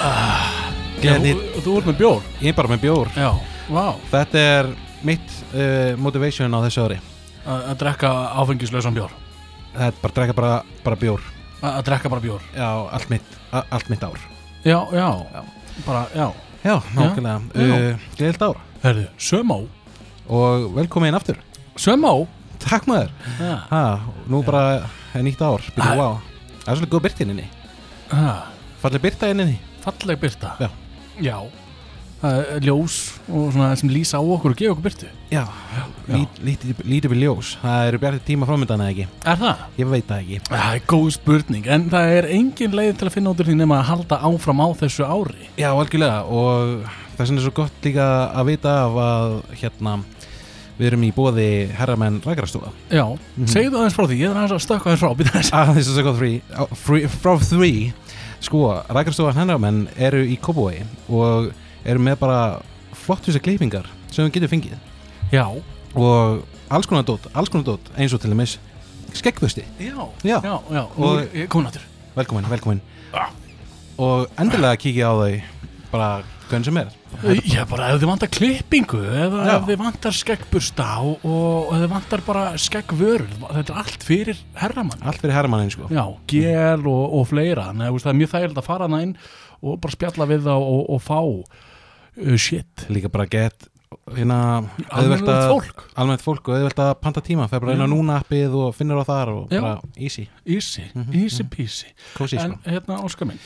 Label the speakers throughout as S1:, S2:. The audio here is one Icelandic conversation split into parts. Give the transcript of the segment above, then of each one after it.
S1: Já,
S2: Gleðni-
S1: þú, þú ert með bjór
S2: Hérna Ég er bara með bjór
S1: Já, vá
S2: Þetta er mitt uh, motivation á þessu ári
S1: Að að drekka áfengislausan bjór
S2: Það er bara að drekka bara, bara bjór
S1: Að að drekka bara bjór
S2: Já, allt mitt, a- allt mitt ár
S1: Já, já,
S2: Já.
S1: bara, já
S2: Já, nákvæmlega
S1: Já.
S2: uh, Gleðilt ár
S1: Herðu, sömá
S2: Og velkomin aftur
S1: Sömá
S2: Takk maður
S1: Já,
S2: ha, Nú bara er nýtt ár
S1: Ah.
S2: Byrja, wow. Það er svolítið góð byrta inninni
S1: já
S2: Fallið byrta inninni
S1: Falleg byrta
S2: Já.
S1: Já Það er Ljós og svona sem lýsa á okkur og gefa okkur byrtu
S2: Já, lít- lítið lítið við ljós Það eru bjartir tíma framöndan eða ekki
S1: Er það?
S2: Ég veit það ekki
S1: Það er góð spurning En það er engin leið til að finna út úr því nema að halda áfram á þessu ári
S2: Já, algjörlega og það sem er svo gott líka að vita af að hérna við erum í bóði herramenn rækrastofa
S1: Já, segðu aðeins frá því, ég er aðeins að stökka aðeins frá býta þess
S2: að þess að segja free, á- free frá því sko, rækrastofa herramenn eru í Kobói og eru með bara flott húsa gleipingar sem við getum fengið
S1: Já,
S2: og alls konar dót, alls konar dót eins og til dæmis skeggfusti,
S1: já,
S2: Já.
S1: já, já.
S2: Og-
S1: Og... Kom náttúr
S2: velkomin, velkomin og endilega kíkja á þau bara hvern sem er
S1: Já, bara ef þið vantar klippingu eða
S2: Já.
S1: ef þið vantar skeggbursta og, og, og ef þið vantar bara skeggvörur þetta er allt fyrir herramann
S2: allt fyrir herramannin sko
S1: Já, gel og, og fleira Nei, veist, það er mjög þægilegt að fara hana inn og bara spjalla við þá og, og fá uh, shit
S2: líka bara gett hérna auðvelt
S1: Almennilegt
S2: að-
S1: fólk.
S2: almennt fólk og auðvelt að panta tíma fer bara inn á núna appið og finnur á þar og
S1: Mm. Já.
S2: bara easy,
S1: Easy, easy peasy
S2: cozy
S1: En
S2: Mhm, sko
S1: hérna, Óskar minn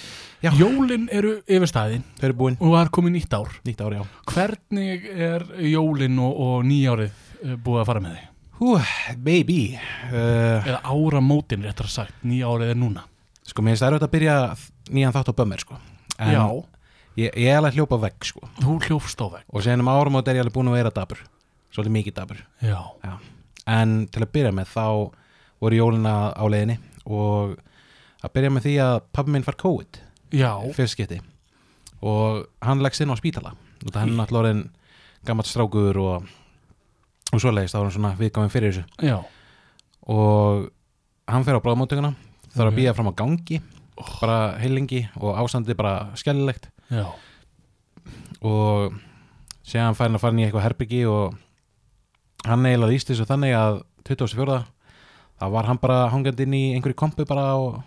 S2: Já.
S1: Jólin eru yfirstæðin
S2: þau eru búin,
S1: og það er komið nýtt ár
S2: nýtt ári á
S1: Hvernig er jólin og, og nýjárið eh, búið að fara með þig?
S2: Hú, baby uh,
S1: Eða áramótin, réttar sagt, nýjárið er núna
S2: sko mér finnst það erfitt að byrja nýjan þátt á bömmir sko en
S1: Já,
S2: ég, ég er alveg að hljópa vegg sko
S1: þú hljófst á veg
S2: og sen um árum er ég alveg búin að vera dabur svolítið mikið dabur
S1: Já,
S2: Já. En til að byrja með þá voru jólina á leiðinni og að byrja með því að pabbi minn far COVID
S1: já,
S2: fyrstskipti og hann leggst inn á spítala og það hann er náttúrulega orðin gammalt strákur og, og svoleiðist þá er hann svona viðkominn fyrir þessu
S1: já
S2: og hann fer á bráðmóttökuna þarf
S1: Ok. Oh.
S2: að býja fram á gangi bara heilingi og ástandið bara skellilegt
S1: Já,
S2: og séðan fær hann að fara inn í eitthvað herbyggi og hann eiginlega lýst þessu þannig að 24. þá var hann bara hangandi inn í einhverju kompu bara og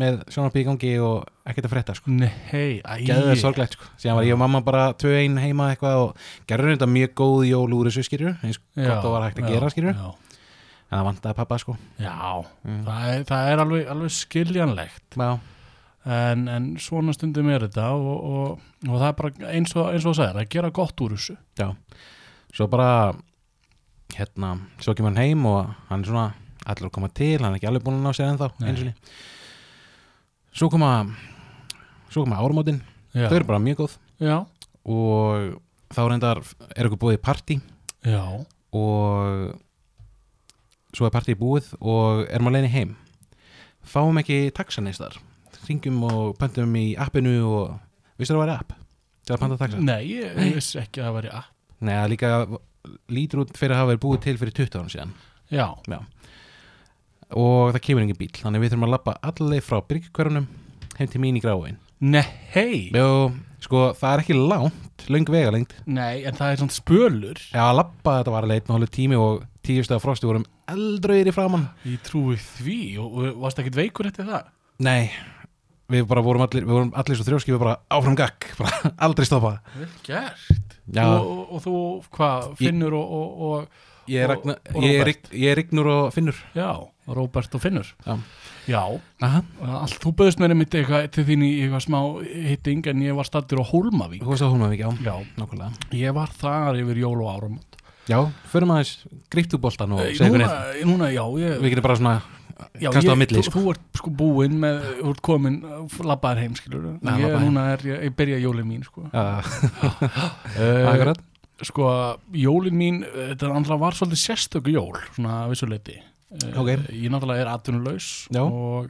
S2: með sjónarpíð í gangi og ekkert að frétta sko
S1: nei, æ
S2: geðið sorglegt sko síðan var ég og mamma bara tvö ein heima eitthvað og gerður þetta mjög góð jól úr þessu skýrju eins
S1: Já,
S2: gott og var hægt að
S1: já,
S2: gera skýrju
S1: Já,
S2: en það vantaði pappa sko
S1: já
S2: Mm.
S1: það, er, það er alveg, alveg skiljanlegt
S2: já,
S1: en, en svona stundum er þetta og, og, og það er bara eins og, eins og það er að gera gott úr þessu
S2: já. svo bara hérna, svo kemur hann heim og hann er svona allir að koma til, hann er ekki alveg búin að ná sér ennþá
S1: Nei.
S2: einu sinni svo koma svo koma árumótin,
S1: Já,
S2: þau eru bara mjög góð
S1: já,
S2: og þá reyndar er okkur búið í partí
S1: já,
S2: og svo er partíð búið og erum á leiðinni heim fáum ekki taxa neins þar ringjum og pöntum í appinu og vistu það að vera app til að panta taxa
S1: nei, ég ég vissi ekki að það væri að
S2: Nei, það líka lítur út fyrir að hafa verið búið til fyrir 20 árum síðan
S1: Já,
S2: og það kemur engin bíl þannig við þurfum að labba allaveg frá byrgjukverunum heim til mín í gráin
S1: nei,
S2: Jó, sko, það er ekki langt löng vega lengt
S1: nei, en það er svona spölur
S2: Já, að labba þetta var alveg einn og hálf tími og tíustu af frosti vorum eldraugir í framann
S1: Ég trúi því og, og varst ekkert veikur eftir það
S2: Nei, við bara vorum allir, við vorum allir svo þrjóski, við bara áfram gakk, bara aldrei stoppa.
S1: Vel gert
S2: Já.
S1: og, og, og þú, hvað, Finnur og, og, og
S2: Ég er,
S1: Og-
S2: Ragnar-
S1: og
S2: ég er,
S1: Róbert.
S2: Rign- ég er Rignur og Finnur.
S1: Já, Róbert og Finnur
S2: Já.
S1: Já,
S2: Aha,
S1: allt, þú bauðst mér einmitt eitthvað til þín í eitthvað smá hitting en ég var stattur á Hólmavík
S2: þú veist að hólmaði ekki á,
S1: Já,
S2: nákvæmlega.
S1: ég var þar yfir jól og árum
S2: Já, förum aðeins, gríptu boltan og segjum
S1: núna,
S2: hvernig.
S1: núna, já, ég,
S2: Við getum bara svona,
S1: já
S2: kastaðu
S1: ég,
S2: á milli,
S1: þú,
S2: sko.
S1: þú ert sko búinn með, þú ert komin labbaðar heim, skilur
S2: Já,
S1: ég,
S2: labbaðir.
S1: Núna er ég, ég byrja jólin mín, sko
S2: uh,
S1: uh,
S2: akkurat,
S1: Sko, jólin mín, eh, þetta náttúrulega var svolítið sérstöku jól, svona að vissu leiti Eh,
S2: Ok.
S1: Ég náttúrulega er atvinnulaus
S2: Já.
S1: og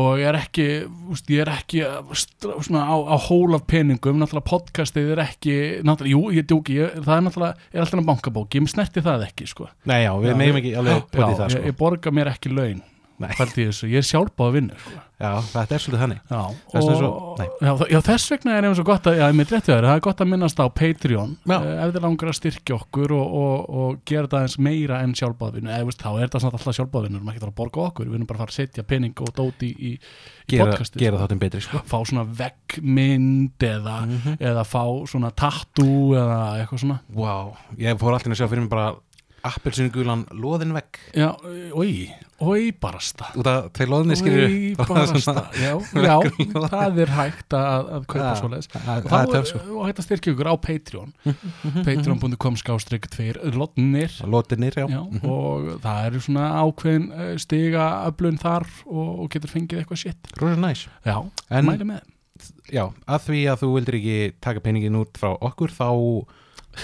S1: og ég er ekki, úst, ég er ekki stra- svona á, á hól af peningum náttúrulega podcastið er ekki náttúrulega, jú, ég djóki, ég, það er náttúrulega er alltaf en bankabók, ég snerti það ekki, sko
S2: nei já, við
S1: Já,
S2: meðum
S1: við-
S2: ekki alveg potið
S1: Já,
S2: það,
S1: ég,
S2: sko.
S1: ég borga mér ekki laun
S2: Nei.
S1: Pældu í þessu, ég er sjálfbáða vinnur sko.
S2: já, þetta er svolítið þannig
S1: Já,
S2: Þess vegna
S1: og-
S2: svo- nei.
S1: já, þa- já, þess vegna er eins og gott að, já, ég með réttu það, það er gott að minnast á Patreon
S2: Já.
S1: eh, ef þið langar að styrkja okkur og, og, og gera það eins meira en sjálfbáðvinnu eða þú veist, þá er það samt alltaf sjálfbáðvinnu, maður getur að borga okkur við erum bara að fara að setja pening og dóti í, í, í
S2: gera,
S1: podcastið,
S2: gera þáttum betri sko.
S1: fá svona veggmynd eða,
S2: Mhm.
S1: eða fá svona tattoo eða eitthvað svona
S2: wow. ég fór alltaf að sjá fyrir mig bara appelsinugulan loðin vegg
S1: já, oi, oi barasta
S2: út af tveir loðinni skilur
S1: oi barasta, já, já það er hægt að, að kaupa
S2: Já.
S1: svoleiðis
S2: það
S1: og
S2: það er
S1: þá
S2: töf sko Mhm,
S1: er- og hægt að styrkja ykkur á Patreon patreon.com skástrík tveir lotnir
S2: lotinir, já, Mhm.
S1: já, og það eru svona ákveðin eh, stiga öflun þar og, og getur fengið eitthvað shit
S2: rosa næs
S1: já,
S2: En-
S1: mæli með
S2: já, að því að þú vildir ekki taka peningin út frá okkur þá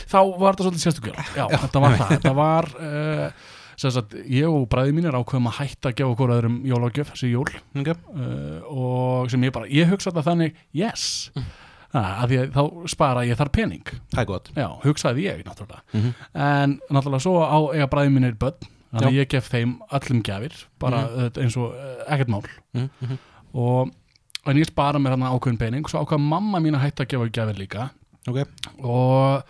S1: þá var þetta svolítið sérstökjör já, þetta var það, þetta var uh, sem sagt, ég og bræði mínir ákveðum að hætta að gefa okkur öðrum jólagjöf þessi jól
S2: okay.
S1: uh, og sem ég bara, ég hugsa þetta þannig yes,
S2: Mm.
S1: að, að því að þá spara ég þar pening
S2: það er gott
S1: Já, hugsaði ég náttúrulega
S2: Mhm.
S1: En náttúrulega svo á eiga bræði mínir börn Þannig að
S2: Já.
S1: ég gef þeim öllum gjafir Bara
S2: Mhm.
S1: mm eins og eh, ekkert mál
S2: mm -hmm.
S1: Og en ég spara mér hann ákveðin pening Svo ákvað mamma mín að hætta að gefa gjafir líka
S2: ok,
S1: Og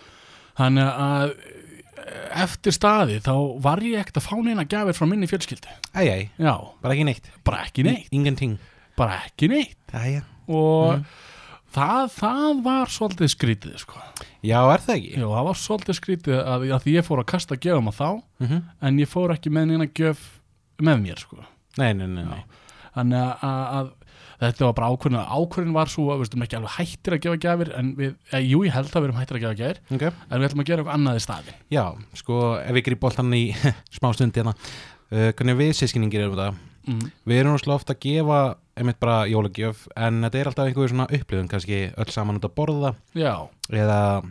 S1: þannig að eh, Eftir staði þá var ég ekkert að fá neina gjafir frá minni fjölskyldi
S2: ei, ei,
S1: Já,
S2: bara ekki neitt
S1: bara ekki neitt
S2: ingenting
S1: Bara ekki neitt
S2: Æja.
S1: Og
S2: Mhm.
S1: það, það var svolítið skrítið sko.
S2: já, er það ekki
S1: Jú, það var svolítið skrítið að, að því ég fór að kasta gefum að þá
S2: mm
S1: en ég fór ekki með neina gjöf með mér sko
S2: nei, nei, nei, nei.
S1: þannig að, að, að þetta var bara ákvörðin ákvörðin var svo að við erum ekki alveg hættir að gefa gjafir en við, eða, jú ég held að við erum hættir að gefa gjafir
S2: Okay.
S1: en við ætlum að gera eitthvað annað í staði
S2: já, sko, ef við gríp boltan í smá stund hérna uh, hvernig við sískinningir erum þetta
S1: mm.
S2: við erum náttúrulega oft að gefa einmitt bara jólagjöf en þetta er alltaf einhverjum svona upplifun kannski öll saman út að borða
S1: já,
S2: eða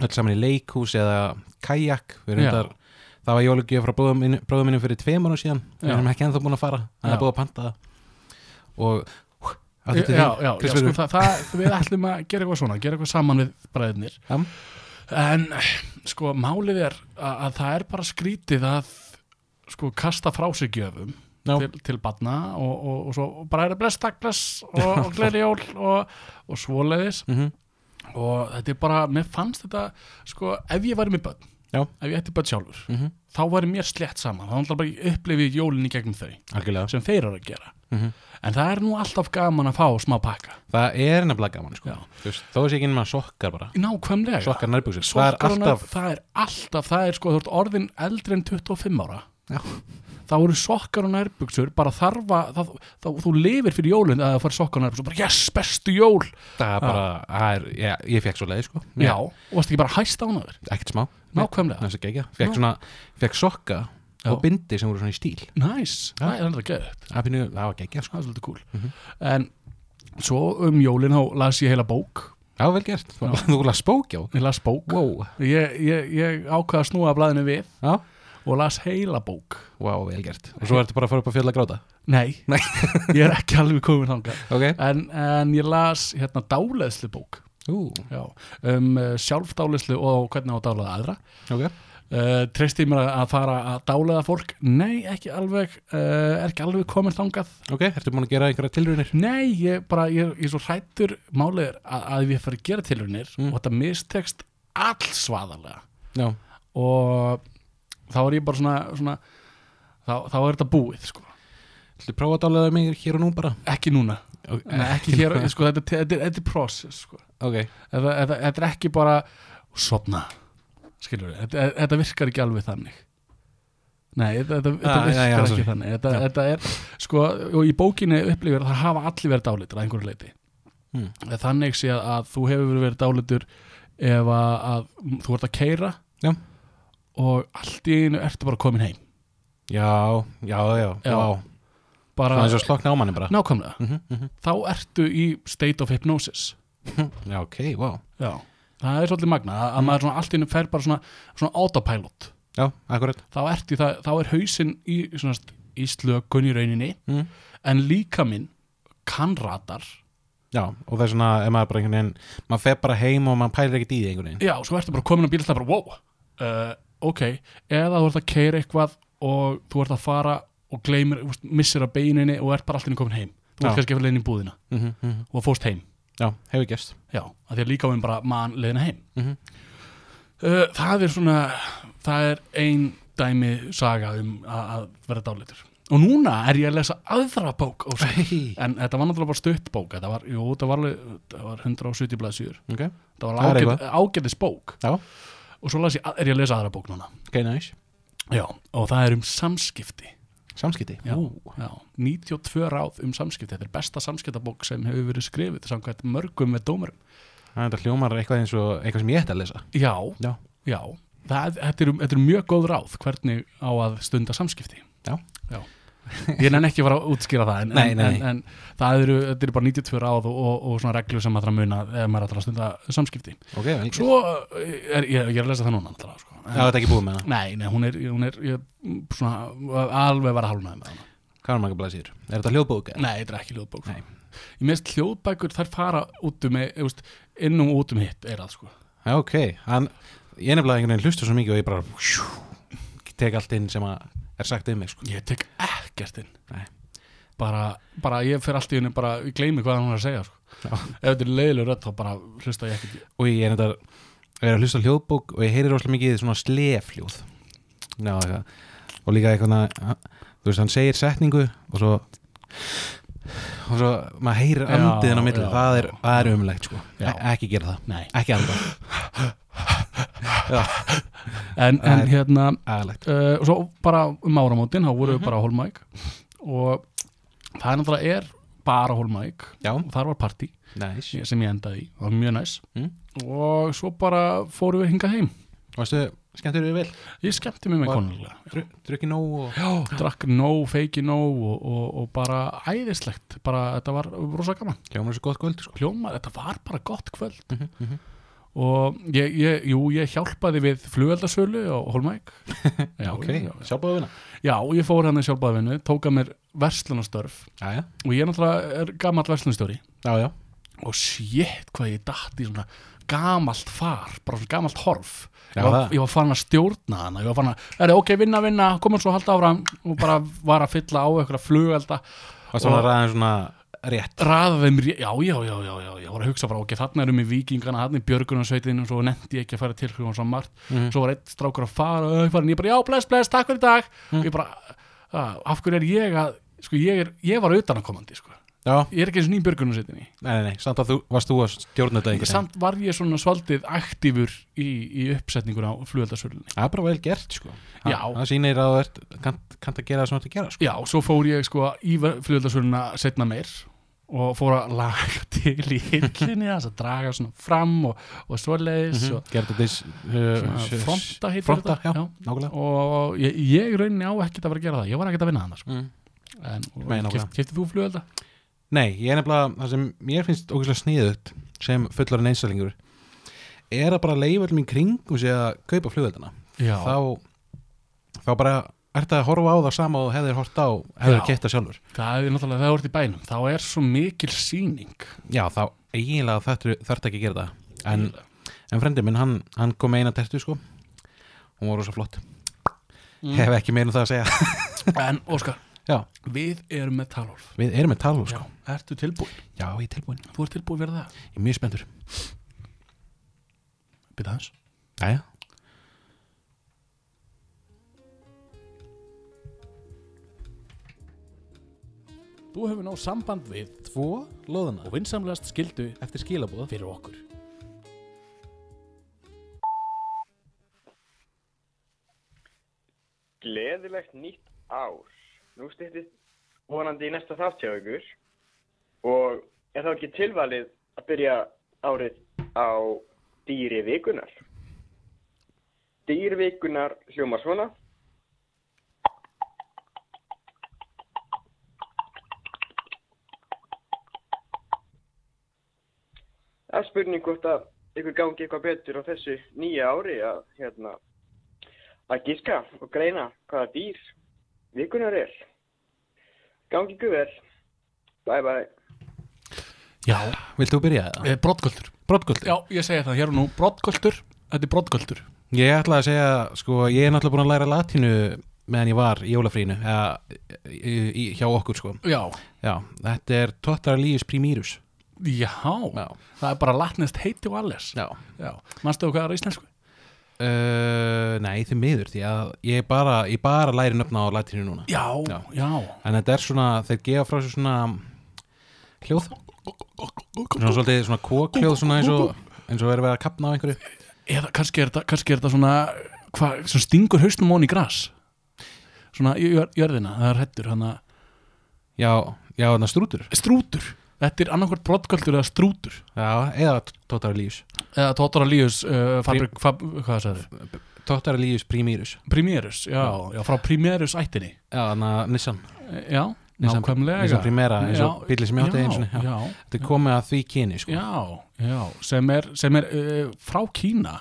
S2: öll saman í leikhús eða kajak við erum
S1: Já.
S2: þar það var jólugjöf frá bróðum minn- bróðum minnum fyrir tveim ára síðan við
S1: Já.
S2: erum ekki ennþá búin að fara það
S1: Já.
S2: er búið að panta það og hú, að
S1: já,
S2: þetta er
S1: já,
S2: þín,
S1: já,
S2: Chris
S1: sko,
S2: Verum.
S1: það, það, við ætlum að gera eitthvað svona gera eitthvað saman við bræðinir
S2: Já.
S1: en sko málið er að, að það er bara skrítið að sko kasta frá sig gjöfum
S2: Já.
S1: til, til badna og, og, og svo bara er það bless, takk, bless og, og gleði jól og, og svoleiðis
S2: Mhm.
S1: og þetta er bara, mér fannst þetta sko, ef ég væri með börn
S2: Já.
S1: ef ég ætti börn sjálfur,
S2: Mhm.
S1: þá væri mér slett saman þá náttúrulega bara ég upplifið jólin í gegnum þau
S2: algjörlega
S1: sem þeir eru að gera
S2: Mhm.
S1: en það er nú alltaf gaman að fá smá pakka
S2: það er nefnilega gaman sko.
S1: Já.
S2: Þú veist, þó sé ekki nema sokkar bara
S1: nákvæmlega
S2: sokkar nærbuksir, það er
S1: Sokkar og nær-
S2: alltaf
S1: það er alltaf, það er sko þú ert orðin eldri en 25 ára
S2: Já.
S1: þá eru sokkar og nærbuksur bara þarfa, það, þá, þú lifir fyrir jólin að það fara sokkar og nærbuksur, bara yes, bestu jól
S2: það er bara, það er, ég, ég fekk svo leið sko. Ég-
S1: já, og varst ekki bara hæst ánaður
S2: ekkert smá,
S1: nákvæmlega,
S2: næst að gegja fekk,
S1: Já.
S2: svona, fekk sokka
S1: Já.
S2: og bindi sem voru svona í stíl
S1: næs,
S2: Já.
S1: það er þetta geðið
S2: það pínu- það var gegja sko.
S1: það er svolítið cool en svo um jólin þá las ég heila bók
S2: já, vel gert, þú þú las bókjá
S1: ég las bók
S2: wow,
S1: ég, ég, ég ákvaða að snúa blæðinu við
S2: já
S1: og las heila bók
S2: Wow, vel gert. Og svo ertu bara að fara upp að fjalla að gráta.
S1: nei,
S2: Nei.
S1: ég er ekki alveg komin þangað
S2: Ok.
S1: en, en ég las hérna dálæðslu bók
S2: Ú,
S1: já, um uh, sjálfdálæðslu og hvernig á að dálæða aðra
S2: ok.
S1: uh, treysti ég mér að fara að dálæða fólk nei, ekki alveg uh, er ekki alveg komin þangað
S2: Ok, ertu búin að gera einhverja tilraunir?
S1: Nei, ég, bara, ég, er- ég er svo hrættur máliður að, að við fyrir að gera tilraunir
S2: Mm.
S1: og þetta mistekst allsvaðarlega
S2: Já.
S1: og þá er ég bara svona, svona þá, þá er þetta búið sko.
S2: Þú prófa að dálega mig hér og nú bara?
S1: ekki núna
S2: Ok.
S1: Nei, ekki hér, sko, þetta, þetta, þetta, er- þetta er process sko.
S2: Ok.
S1: þetta, þetta, þetta er ekki bara sopna skilur við, þetta, e- þetta virkar ekki alveg þannig Nei, þetta, þetta, þetta
S2: Ah, já,
S1: virkar
S2: já,
S1: ekki
S2: sorry.
S1: þannig þetta,
S2: Já.
S1: þetta er, sko, og í bókinni upplifir að það hafa allir verið dálitur að einhverju leiti
S2: Mm.
S1: Eða þannig sé að, að þú hefur verið dálitur ef að, að þú ert að keira
S2: Já.
S1: og allt í einu ertu bara komin heim
S2: Já, já, já.
S1: Já.
S2: Vá.
S1: bara,
S2: Það er svo slokna á manni bara.
S1: nákvæmlega
S2: Mm -hmm.
S1: þá ertu í state of hypnosis
S2: Já, ok, vá.
S1: Já. það er svolítið magna að, að maður svona allt í einu fer bara svona, svona autopilot
S2: Já, akkurat.
S1: þá, ertu í það, þá er hausinn í, svona, st- í slökun í rauninni
S2: Mm.
S1: en líka minn kannratar
S2: Já, og það er svona, ef maður bara einhvern veginn, maður fer bara heim og maður pælir ekkert í því einhvern veginn.
S1: já, svo ertu bara komin á bíl það bara, wow, uh, ok eða þú ert að keira eitthvað og þú ert að fara og gleymir, úst, missir að beininni og er bara alltaf komin heim þú
S2: Já.
S1: ert kannski að leiðin í búðina
S2: mm -hmm, mm -hmm.
S1: og það fóst heim
S2: Já, hefur gerst
S1: já, að því að líka bara man leiðina heim
S2: mm -hmm.
S1: uh, það er svona það er ein dæmi saga um að, að vera dálitur og núna er ég að lesa aðra bók Óskar.
S2: Mhm.
S1: en þetta var náttúrulega bara stutt bók þetta var, jú, þetta var, alveg- þetta var 170 blaðsýður
S2: Ok,
S1: þetta
S2: Það
S1: var
S2: er
S1: ágæð, ágæðis bók
S2: já,
S1: og svo las ég, er ég að lesa aðra bók núna
S2: ok, nice
S1: já, og það er um samskipti
S2: Samskipti
S1: Já, já, 92 ráð um samskipti Þetta er besta samskiptabók sem hefur verið skrifið samkvæmt mörgum með dómurum
S2: Það er þetta hljómar eitthvað eins og eitthvað sem ég ætti að lesa
S1: Já,
S2: Já.
S1: já það, þetta, er, þetta er mjög góð ráð hvernig á að stunda samskipti
S2: Já.
S1: Ég nenn ekki að fara að útskýra það en,
S2: Nei,
S1: en,
S2: nei.
S1: en, en það eru, þetta eru bara 92 ráð og, og, og svona reglur sem maður þarf að muna ef maður ætlar að stunda samskipti
S2: Ok, vel gert.
S1: Svo eh, er, ég, ég er að lesa það núna náttúrulega, sko.
S2: Já, þetta er ekki búið með það
S1: Nei, nei, hún er, hún er ég, svona, alveg var að hálfnaði með hana
S2: Hvað er marga blæsir? Er þetta hljóðbók? eða?
S1: Nei, þetta er ekki hljóðbók sko.
S2: Nei.
S1: Ég meðist hljóðbækur þær fara út um eh, þú veist, inn og út um hitt er það sko
S2: Já, ok Hann, Ég er nefnilega einhvern veginn hlustu svo mikið og ég bara hjú, tek allt inn sem að er sagt um mig sko.
S1: Ég tek ekkert inn
S2: Nei.
S1: bara, bara ég fer allt í henni bara, ég gleymi hvað hún er að segja sko.
S2: Já.
S1: Ef þetta er leiðileg rödd þá bara hlusta ég ekkert
S2: og ég er nefnilega ég er að hlusta á hljóðbók og ég heyri rosalega mikið svona slefhljóð Já, eitthvað. og líka eitthvað na- þú veist, hann segir setningu og svo og svo maður heyrir
S1: Já,
S2: andiðin á milli
S1: já,
S2: það er,
S1: já.
S2: það er umlegt sko.
S1: Já.
S2: E- ekki gera það,
S1: Nei.
S2: ekki anda
S1: En,
S2: Það
S1: en
S2: er-
S1: hérna
S2: aðalegt
S1: uh, og svo bara um áramótin þá voru
S2: Mhm.
S1: við bara á Holmæk og það er náttúrulega er bara Holmæk
S2: Já,
S1: og þar var partí
S2: næs nice.
S1: sem ég endaði í, það var mjög næs
S2: Mm.
S1: og svo bara fórum við hingað heim
S2: Varstu, skemmtur við vel,
S1: ég skemmti mig með
S2: Var-
S1: konulega
S2: Dru- drukki nóg og...
S1: Já, drakk nóg, feiki nóg og, og, og bara æðislegt bara þetta var rosa gaman
S2: Hljómar þessu gott kvöld sko.
S1: hljómar, þetta var bara gott kvöld
S2: Mhm, mhm.
S1: og ég, ég, jú, ég hjálpaði við flugveldasölu á Holmæk já,
S2: Ok,
S1: já, já.
S2: sjálfbáðu vina
S1: já, og ég fór hann í sjálfbæðinu tók að mér verslunastörf
S2: Já, já,
S1: og ég náttúrulega er gamall verslunastjóri
S2: já, já.
S1: og sétt hvað ég datt í svona gamalt far, bara svona gamalt horf
S2: Já,
S1: ég, var,
S2: það.
S1: ég var farin að stjórna hana ég var farin að, er, ok, vinna, vinna, komum svo halda áfram og bara var að fylla á eitthvað flugelda
S2: Og svona
S1: Og-
S2: ræðin svona rétt
S1: raða þeim, ré- já, já, já, já, já ég var að hugsa bara, ok, þarna erum við vikingana þarna er björgunarsveitin og svo nefndi ég ekki að fara til hlugum og svo margt,
S2: Mhm.
S1: svo var einn strákur að fara og ég, farin, ég bara, já, bless, bless, takk fyrir í dag
S2: Mhm.
S1: ég bara, "Ah, af hverju er ég að sko, ég, er, ég var utanakomandi, sko
S2: Já,
S1: ég er ekki eins og nýjum björgunarsveitinni
S2: nei, nei, nei, samt að þú varst þú að stjórna þetta einhvern veginn
S1: samt var ég svona svaldið aktífur í, í uppsetningur á flugöldasölunni
S2: Það er bara vel gert sko Ha-
S1: Já.
S2: Það sýnir að þú ert, kannt kannt að gera það sem þú ert að gera sko
S1: já, svo fór ég sko í flugöldasöluna setna meir og fór að laga til í hillinni þess að draga svona fram og, og svoleiðis
S2: Mhm.
S1: og
S2: Gerðu þetta eins
S1: svona
S2: uh, s-
S1: fronta heitir
S2: Fronta,
S1: þetta
S2: já, nákvæmlega
S1: og ég, ég í rauninni á ekkert að vera að gera það ég var ekkert að vinna hann sko.
S2: mm.
S1: en
S2: Nei, nákvæmlega.
S1: og keypt- keyptir þú flugölda?
S2: Nei, ég er nefnilega, það sem mér finnst ógæslega sniðugt sem fullarinn einstaklingur er að bara leifa allir mín kringum sig að kaupa flugveldina
S1: já,
S2: þá, þá bara ert að horfa á það sama og hefðir hort á hefðir
S1: Já.
S2: keitt það sjálfur
S1: það er náttúrulega þegar þú ert í bænum þá er svo mikil sýning
S2: Já, þá eiginlega þarftu þarft ekki að gera það en, en frendi minn, hann, hann kom með eina tertu sko hún var rosa flott
S1: Mm.
S2: hef ekki meira um það að segja
S1: en Óskar,
S2: Já,
S1: við erum með talorf
S2: við erum með talvú sko
S1: sko. ertu tilbúin?
S2: Já, ég er tilbúin,
S1: Þú ert tilbúin verið það?
S2: ég er mjög spenntur
S1: Býta hans
S2: Jæja
S1: Þú hefur náð samband við
S2: Tvo loðuna
S1: og vinsamlegast skildu
S2: eftir skilabóð
S1: fyrir okkur
S3: Gleðilegt nýtt ár. Nú styrtist vonandi í næsta þátt hjá ykkur og er þá ekki tilvalið að byrja árið á dýri vikunar. Dýri vikunar hljóma svona. Það er spurning hvort að ykkur gangi eitthvað betur á þessu nýja ári að hérna að gíska og greina hvaða dýr vikunar er. Gangi ykkur vel. Bye bye.
S1: Já,
S2: Vilt þú byrja það?
S1: eh, broddgöldur
S2: Brottgöldi
S1: Já, ég segi það hér og nú, broddgöldur Þetta er broddgöldur
S2: Ég ætla að segja, sko, ég er náttúrulega búin að læra latínu meðan ég var í jólafrínu eða, í, í, hjá okkur sko
S1: Já,
S2: já, þetta er Totalius Primirus
S1: já,
S2: já,
S1: það er bara latnest heiti og alles
S2: já.
S1: Já, manstu hvað er á íslensku?
S2: Uh, nei, þið miður því að ég bara, ég bara læri nöfna á latinu núna
S1: Já, já,
S2: Já. en þetta er svona, þeir gefa frá sér svona hljóð svona svolítið svona kókljóð svona eins og eins og verið að kapna á einhverju
S1: Eða kannski er þetta, kannski er þetta svona hva, sem stingur hausnum honi í gras Svona í jör- jörðina, það er hættur hana,
S2: já, já, þannig strútur
S1: Strútur, þetta er annarkvort brottgöldur eða strútur
S2: já, eða Totalius
S1: Eða Tóttar Alíus uh, fabrik, fab, Hvað sagði þau?
S2: Totalius Primirus
S1: Primérus, já, já, frá Primérus ættinni
S2: já, þannig að Nissan
S1: E, Já,
S2: Nissan-
S1: nákvæmlega
S2: Nissan Primera, eins og
S1: Já,
S2: bíllinn sem ég átti einu sinni, já.
S1: já, já,
S2: þetta er komið að því kyni sko,
S1: Já, já, sem er, sem er uh, frá Kína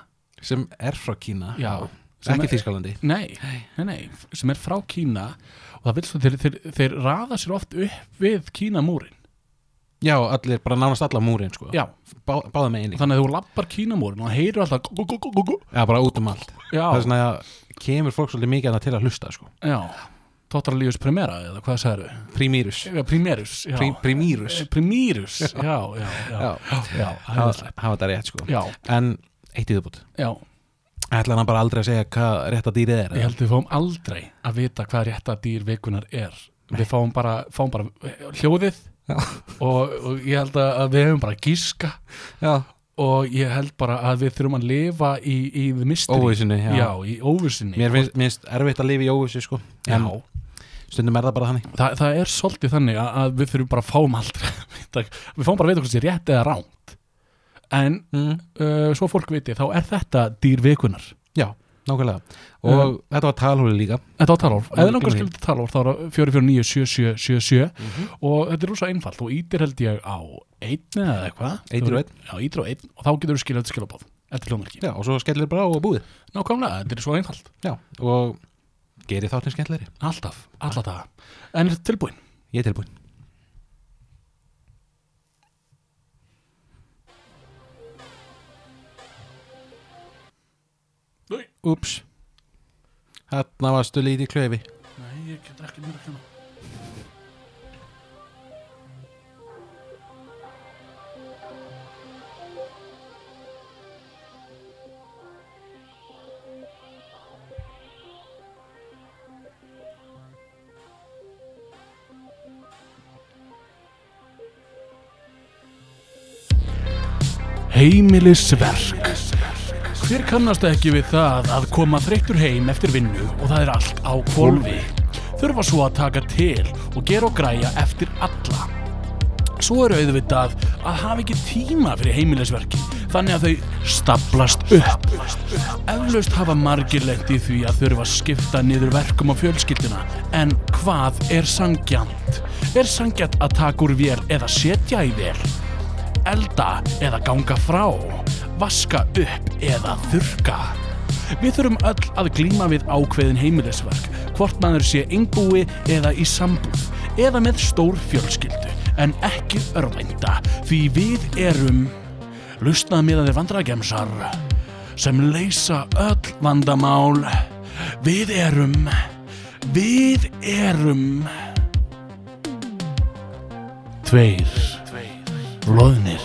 S2: sem er frá Kína
S1: Já. Sem
S2: ekki
S1: er-
S2: Þýskalandi
S1: nei, nei, nei, sem er frá Kína og það vil svo, þeir, þeir, þeir raða sér oft upp við Kínamúrin
S2: já, allir, bara nánast alla múrin sko.
S1: Já,
S2: Bá, báða með einni
S1: þannig að þú lappar Kínamúrin og heyrur alltaf gú, gú, gú, gú, gú.
S2: já, bara út um allt það er
S1: Já,
S2: svona að kemur fólk svolítið mikið að til að hlusta sko.
S1: já, Tóttaralíus Primera eða hvað sagður við?
S2: Primirus,
S1: Primerus, já
S2: Prim, Primirus.
S1: Eh, Primirus, já, já, já Já,
S2: Já.
S1: já,
S2: hafa
S1: æðislegt.
S2: hafa þetta rétt sko.
S1: já,
S2: en eitt í þúbútt
S1: já.
S2: ætla hann bara aldrei að segja hvað rétta dýrið er
S1: Ég held við fáum aldrei að vita hvað rétta dýr vikunar er Við fáum bara, fáum bara hljóðið
S2: Já.
S1: og, og ég held að að við hefum bara að gíska
S2: já,
S1: og ég held bara að við þurfum að lifa í, í the mystery
S2: óvísinni
S1: já.
S2: já.
S1: í óvissinni
S2: mér finnst, mér finnst erfitt að lifa í óvísu sko.
S1: Já.
S2: en stundum er það bara þannig
S1: Þa, það er svolítið þannig að, að við þurfum bara að fáum aldrei að vita- við fáum bara að vita hvort sé rétt eða ránt en
S2: mm.
S1: uh, svo fólk viti þá er þetta dýr vikunar
S2: já, nákvæmlega og þetta var talhóli líka
S1: Þetta á talorf,
S2: Nú er
S1: eða langar
S2: pingvin.
S1: skilur til talorf þá er það 4497777
S2: Mhm.
S1: og þetta er rosa einfalt, þú ítir held ég á einn eða eitthvað
S2: Eitir og einn.
S1: Já, ítir og einn og þá getur þú skilur til skilabóð eftir hljóðmerki
S2: já, og svo skellir bara á og búið
S1: Nákvæmlega, þetta er svo einfalt,
S2: já, og gerir þáttin skellari
S1: alltaf, alltaf það En er þetta tilbúin?
S2: ég er tilbúin
S1: Nei,
S2: Úps Þarna varstu lítið klöfi
S1: nei, ég get ekki mér að kenna Heimilisverk Hver kannast ekki við það að koma þreyttur heim eftir vinnu og það er allt á kvolfi Þurfa svo að taka til og gera og græja eftir alla Svo er auðvitað að hafa ekki tíma fyrir heimilisverki þannig að þau staplast upp Eflaust hafa margir lent í því að þurfa að skipta niður verkum á fjölskylduna en hvað er sangjant? Er sangjant að taka úr vél eða setja í vél? elda eða ganga frá, vaska upp eða þurrka. Við þurfum öll að glíma við ákveðin heimilisverk, hvort maður sé einbúi eða í sambúð, eða með stór fjölskyldu, en ekki örvænda, því við erum lustnað með að þeir vandragemsar sem leysa öll vandamál. Við erum, við erum tveir Loðnir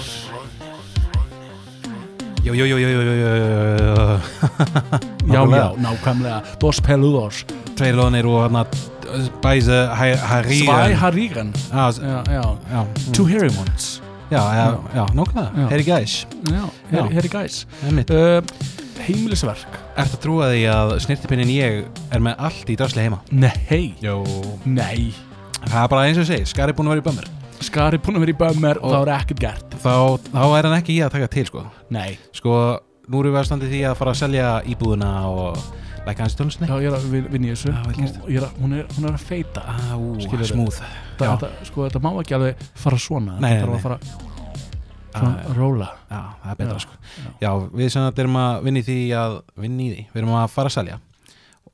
S2: Jó, jó, jó, jó, jó, jó, jó, jó, jó
S1: Já, já,
S2: Nákvæmlega.
S1: nákvæmlega Dos peludos
S2: Tveir loðnir og eh, hann að bæse harígan
S1: Svæ harígan
S2: Já,
S1: Já, já
S2: já,
S1: Two hairy ones
S2: já, já, já,
S1: Já.
S2: nákvæmlega Heyri gæs,
S1: Já,
S2: Já.
S1: hér er gæs
S2: emmitt
S1: uh, Heimilisverk
S2: Ertu að trúa því að snirtipinnin ég er með allt í drasli heima?
S1: Nei,
S2: Jó
S1: nei
S2: Það er bara eins og ég segi, skari búin að vera í bömmur
S1: Skari búin að vera í bömmar og
S2: Og-
S1: það er ekkert gert
S2: Þá, þá er hann ekki í að taka til, sko
S1: Nei
S2: Sko, nú erum við að standa í því að fara að selja íbúðuna og lækka hans í tónlistinni
S1: Já, ég er að vin- vinna í þessu
S2: Já, vel gert.
S1: Og ég er að, hún, er, hún er að feita
S2: Á,
S1: Skilurðu.
S2: smúð
S1: Þa, þetta, Sko, þetta má ekki alveg fara svona
S2: Nei,
S1: Þetta
S2: nei,
S1: þarf að fara svona
S2: Já,
S1: róla
S2: Já, það er betra
S1: Já,
S2: sko Já, við sem þetta erum að vinna í því að vinna í því, við erum að fara að selja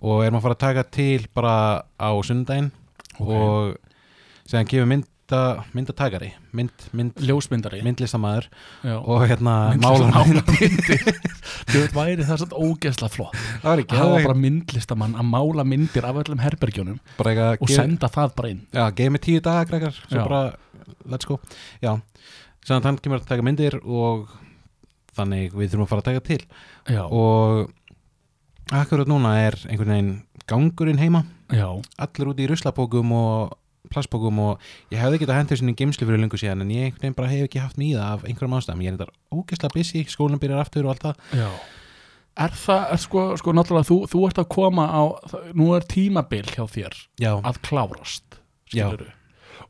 S2: og erum að fara að taka til bara á sundaginn og sem hann gefur mynd mynda, myndatækari mynd, mynd,
S1: ljósmyndari
S2: myndlistamæður
S1: já.
S2: og hérna
S1: Myndlistar-
S2: málar
S1: myndir Þú veit, væri það satt ógeðslega flott
S2: það var ekki,
S1: að
S2: það
S1: hafa
S2: var
S1: bara myndlistamann að mála myndir af öllum herbergjónum
S2: bara eitthvað
S1: og
S2: ge-
S1: senda það bara inn
S2: Já, geimi tíu daga, krakkar Svo
S1: Já.
S2: bara, let's go Já, þannig að hann kemur að taka myndir og þannig við þurfum að fara að taka til
S1: já,
S2: og akkurat núna er einhvern veginn gangurinn heima
S1: já,
S2: allir út í ruslapókum og plastpókum og ég hefði ekki að hendur sinni geimslu fyrir lungu síðan en ég einhvern veginn bara hef ekki haft mýða af einhverjum ástæðum, ég er þetta ógeðslega busy skólan byrjar aftur og allt það
S1: já er það, er sko, sko náttúrulega þú, þú ert að koma á, það- nú er tímabil hjá þér
S2: Já,
S1: að klárast skilurðu.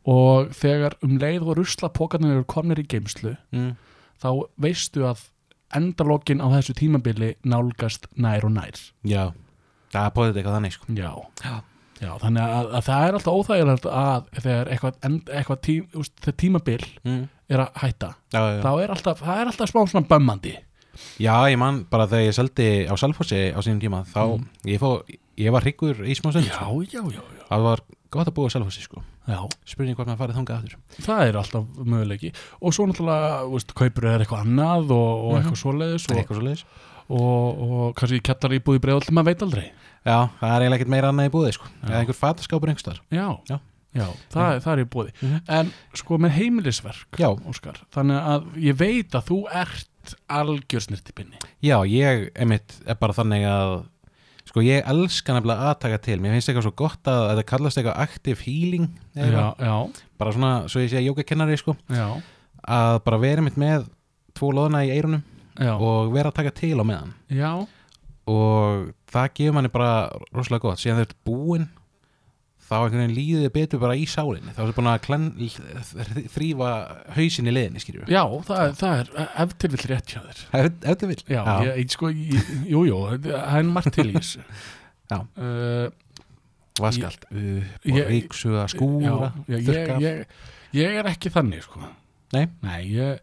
S1: og þegar um leið og rusla pókarnir eru komnir í geimslu
S2: mm,
S1: þá veistu að endalokin á þessu tímabili nálgast nær og nær
S2: já Það er bóðið eitthvað þannig sko
S1: Já,
S2: Já.
S1: já þannig að, að það er alltaf óþægilegt að þegar eitthvað, end, eitthvað tí, úst, þegar tímabil
S2: mm,
S1: er að hætta
S2: já, já, já.
S1: þá er alltaf, það er alltaf smá svona bömmandi
S2: Já, ég man bara þegar ég seldi á Salfossi á sínum tíma, þá
S1: Mm.
S2: ég, fó, ég var hryggur í smá stund
S1: Já, já, já, já,
S2: það var gott að búa á Salfossi sko
S1: já
S2: spurning hvað maður farið þangað aftur
S1: Það er alltaf möguleiki og svo náttúrulega, þú veist, kaupur er eitthvað annað og, og
S2: Mhm.
S1: eitthvað svoleiðis og,
S2: eitthvað svo leiðis
S1: og, og kannski kjallar íbúð í breiðall maður veit aldrei
S2: Já, það er eiginlega ekkert meira annað í búið sko
S1: Já.
S2: eða einhver fataskápur einhverstaðar
S1: Já,
S2: Já.
S1: það, er- það er í búði
S2: Mhm.
S1: En sko með heimilisverk,
S2: Já,
S1: Óskar þannig að ég veit að þú ert algjörsnirtipinni
S2: já, ég einmitt er bara þannig að sko ég elska nefnilega að taka til mér finnst eitthvað svo gott að þetta kallast eitthvað active healing eða
S1: Já,
S2: eitthvað.
S1: já,
S2: bara svona, svo ég sé að jókakennari sko
S1: já,
S2: að bara vera einmitt með tvo loðna í eirunum
S1: já.
S2: og vera að taka til á meðan
S1: Já,
S2: og það gefur manni bara rosalega gott, síðan þau ert búin þá einhvern veginn líðið betur bara í sálinni þá ertu búin að klenn, þrýfa hausin í liðinni, skýrjum
S1: já það, er- það er ef til vill rétt hjá þér
S2: ef ef þú vil
S1: Já,
S2: já,
S1: Ég, ég, sko, ég, jú, jú, það er margt til í þessu
S2: Já.
S1: uh,
S2: vaskalt upp og
S1: ég-
S2: ríksuga, skúra
S1: já, já, ég,
S2: þurrka af.
S1: ég, ég er ekki þannig, sko
S2: Nei.
S1: Nei, ég,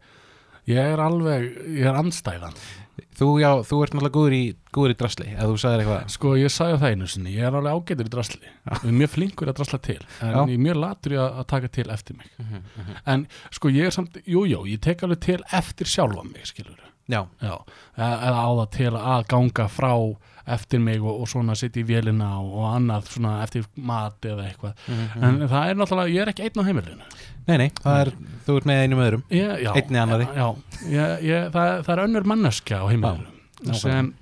S1: ég er alveg, ég er andstæðan
S2: þú, já, þú ert náttúrulega góður í, góður í drasli eða þú sagðir eitthvað
S1: Sko, ég sagði það einu sinni, ég er alveg ágætur í drasli Ég er mjög flinkur að drasla til En
S2: Já.
S1: ég er mjög latur í að, að taka til eftir mig En sko, ég er samt, jú, jú, ég tek alveg til eftir sjálfa mig, skilur
S2: já,
S1: Já, eða eða á það til að ganga frá eftir mig og, og svona sitja í vélina og, og annað svona eftir mat eða eitthvað
S2: Mm.
S1: en það er náttúrulega, ég er ekki einn á heimilinu
S2: nei, nei, það er, þú ert með einum öðrum
S1: ég, já,
S2: Einn í annarri.
S1: já, ég, ég, það, það er önnur manneskja á heimilinu
S2: Já, nákvæmlega.
S1: sem,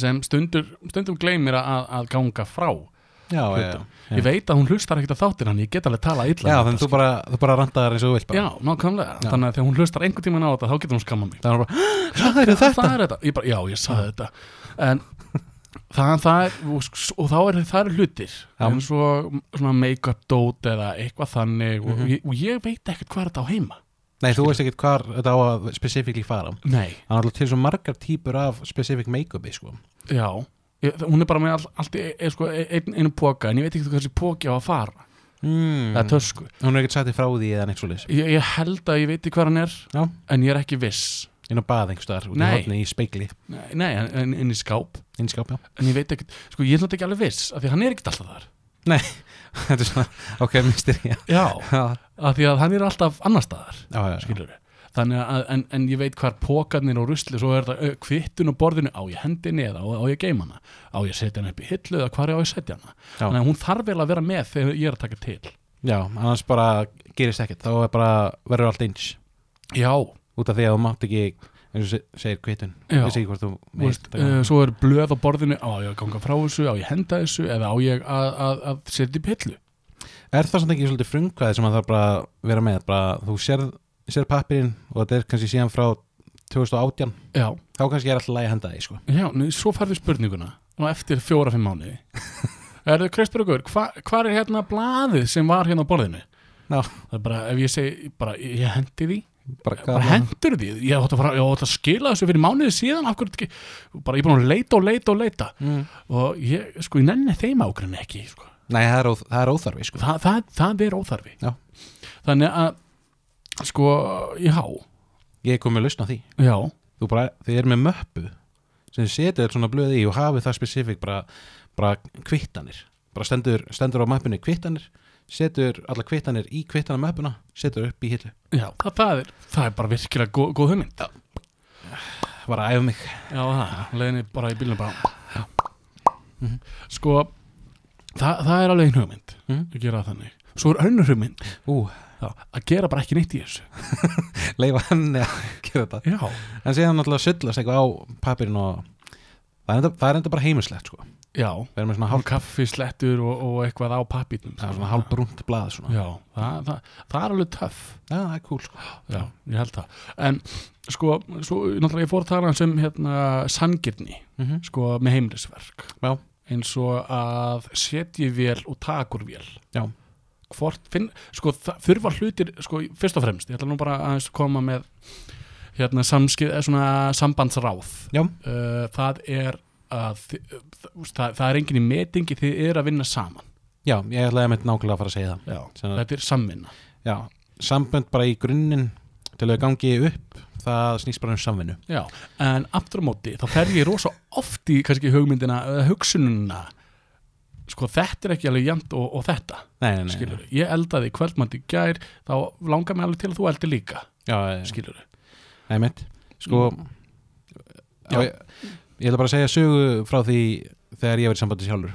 S1: sem stundur, stundum gleymir að, að ganga frá
S2: já, já,
S1: Hlutum.
S2: já.
S1: ég veit að hún hlustar ekkert að þáttir hann ég get alveg tala illa
S2: já
S1: um
S2: þannig
S1: þetta,
S2: þú bara, þú bara randaðar eins og þú vilt
S1: sko. já,
S2: bara
S1: nákvæmlega,
S2: Já.
S1: þannig að þegar hún hlustar einhvern tímann á þetta þá getur hún skamma mig
S2: það er bara, það eru þetta
S1: það er þetta, ég bara, já, ég saði þetta en það, það er og, og þá er það eru hlutir
S2: Já.
S1: eins og svona make-up dót eða eitthvað þannig og,
S2: Mhm.
S1: og, ég, og ég veit ekkert hvað er þetta á heima
S2: nei, þú veist ekkert hvar þetta á að specifíkli fara
S1: nei,
S2: Það er alltaf til svo margar típur af specific make-upi sko.
S1: já ég, það- hún er bara með all, allt í- er, sko, ein, einu póka en ég veit ekkert hvað þessi póki á að fara
S2: mm.
S1: eða tösku,
S2: Hún er ekkert sætti frá því eða neitt svo leys
S1: ég, ég held að ég veit hvað hann er
S2: Já.
S1: en ég er ekki viss
S2: Inn á bað einhvers staðar, út í
S1: Nei.
S2: hotni í speikli
S1: nei, nei en, en, en í skáp
S2: Inn í skáp, já
S1: en ég veit ekkert, sko ég er náttúrulega ekki alveg viss af því að hann er ekkert alltaf þar
S2: Þetta er svona, ok, mistir ég
S1: já,
S2: Já,
S1: af því að hann er alltaf annar staðar
S2: já, já, já.
S1: skilur þannig að, en, en ég veit hvar pókarnir og rusli, svo er það kvittun og borðinu á ég hendi neða, á, á ég geima hana á ég setja hana upp í hillu eða hvar á ég setja hana
S2: Já.
S1: þannig að hún þarf vel að vera með þegar ég er að taka til
S2: já, annars bara gerist ekkert Þá er bara, verður allt eins
S1: já,
S2: Út af því að þú mátt ekki, eins og se- segir kvitun
S1: Já.
S2: Vissi ekki hvort þú
S1: þú veist, uh, svo er blöð á borðinu á ég að ganga frá þessu, á ég að henda þessu eða á ég að, að, að setja upp hillu
S2: Er það samt ekki svolítið frumkvæði sem að það bara að vera með bara, Þú sér, sér pappirinn og þetta er kannski síðan frá 2018
S1: já,
S2: Þá kannski er alltaf lægi að henda því sko.
S1: já, nú, svo færðu spurninguna og eftir fjóra-fimm mánuði er þau Kristbergur, hvað hva er hérna blaðið sem var hérna á borðinu
S2: Já.
S1: það er bara, ef ég segi, bara, ég hendi því
S2: bara, hvað-
S1: bara hendur því, ég átt að, fara, ég átt að skila þessu fyrir mánuði síðan, af hverju þetta ekki, bara ég er búin að leita og leita og leita
S2: mm.
S1: og ég, sko, ég nenni þeim ágrunni ekki sko.
S2: Nei, það er, óþ, það er óþarfi sko.
S1: Þa, það, það er óþarfi
S2: Já.
S1: þannig að sko, já,
S2: Ég kom með lausn á því
S1: já
S2: Þú bara, þið er með möppu sem setur þetta svona blöð í og hafið það spesifik bara, bara kvittanir bara stendur, stendur á möppunni kvittanir setur alla kvittanir í kvittanum öppuna setur upp í hillu
S1: Já, það, það, er, það er bara virkilega góð, góð hugmynd Já,
S2: var að æfa mig
S1: það, leiðinni bara í bílunum bara Sko, það, það er alveg ein hugmynd
S2: Mhm.
S1: að gera það þannig Svo er önnur hugmynd
S2: Ú,
S1: já, að gera bara ekki neitt í þessu
S2: leifa henni að gera þetta
S1: Já,
S2: en síðan náttúrulega sullast eitthvað á papirinn og það er enda, það er enda bara heimislegt sko.
S1: já
S2: við erum með svona,
S1: Hálf
S2: hálf,
S1: kaffislettur og, og eitthvað á pappítnum
S2: það er svona hálbrúnt blað svona.
S1: Já, það, það, það er alveg töff
S2: já, það er cool sko.
S1: Já, ég held það En sko, svo, náttúrulega ég fór að tala um hérna, sangirni
S2: mm -hmm.
S1: sko, með heimlisverk
S2: já,
S1: eins og að setji vél og takur vél
S2: já,
S1: Hvort, finn, sko, það þurfa hlutir sko, fyrst og fremst, ég ætla nú bara aðeins að koma með hérna, samskið, eh, svona, sambandsráð
S2: já,
S1: uh, það er að þi- það, það er enginn í metingi þið er að vinna saman
S2: já ég ætlaði með nákvæmlega að fara að segja það
S1: Já.
S2: Sem að-
S1: þetta er samvinna
S2: já, sambönd bara í grunninn til að þau gangi upp það snýst bara um samvinnu
S1: Já, en aftur á móti þá fer ég rosa oft í kannski hugmyndina eða hugsununa sko þetta er ekki alveg jæmt og, og þetta
S2: nei, nei, nei, nei.
S1: skilur ég eldaði kvöldmandi gær þá langar mig alveg til að þú eldi líka
S2: já, já, já.
S1: skilur
S2: Nei, mitt, sko
S1: Já.
S2: á, ég, ég ætla bara að segja sögu frá því þegar ég var í sambandi sjálfur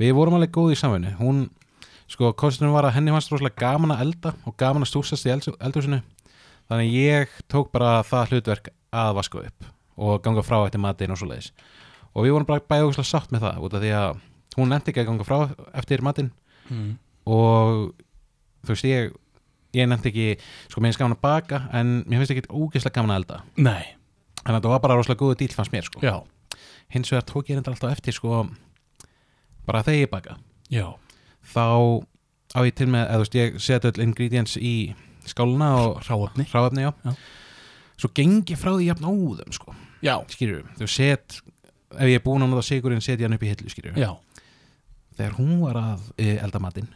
S2: Við vorum alveg góð í samvinni Hún, sko, kostunum var að henni fannst rosalega gaman að elda og gaman að stúsast í elds- eldhúsinu Þannig að ég tók bara það hlutverk að vaska upp og ganga frá eftir matinn og svoleiðis Og við vorum bara bæði ógæslega sátt með það út af því að hún nefndi ekki að ganga frá eftir matinn
S1: mm.
S2: og þú veist ég ég nefndi ekki, sko mér finnst gaman að baka en mér finnst ekki ógeðslega gaman að elda
S1: Nei,
S2: þannig að þetta var bara rosalega góðu dýl fannst mér sko.
S1: já,
S2: hins vegar tók ég þetta alltaf eftir sko, bara þegar ég baka
S1: já
S2: þá á ég til með, eða þú veist ég setja öll ingredients í skáluna og
S1: Ráöfni
S2: ráefni já.
S1: Já.
S2: svo gengi frá því jafn áðum sko.
S1: Já,
S2: skýrur, þú set ef ég er búin að nota sigurinn setja hann upp í hillu skýrur,
S1: já,
S2: þegar hún var að eh, elda matinn,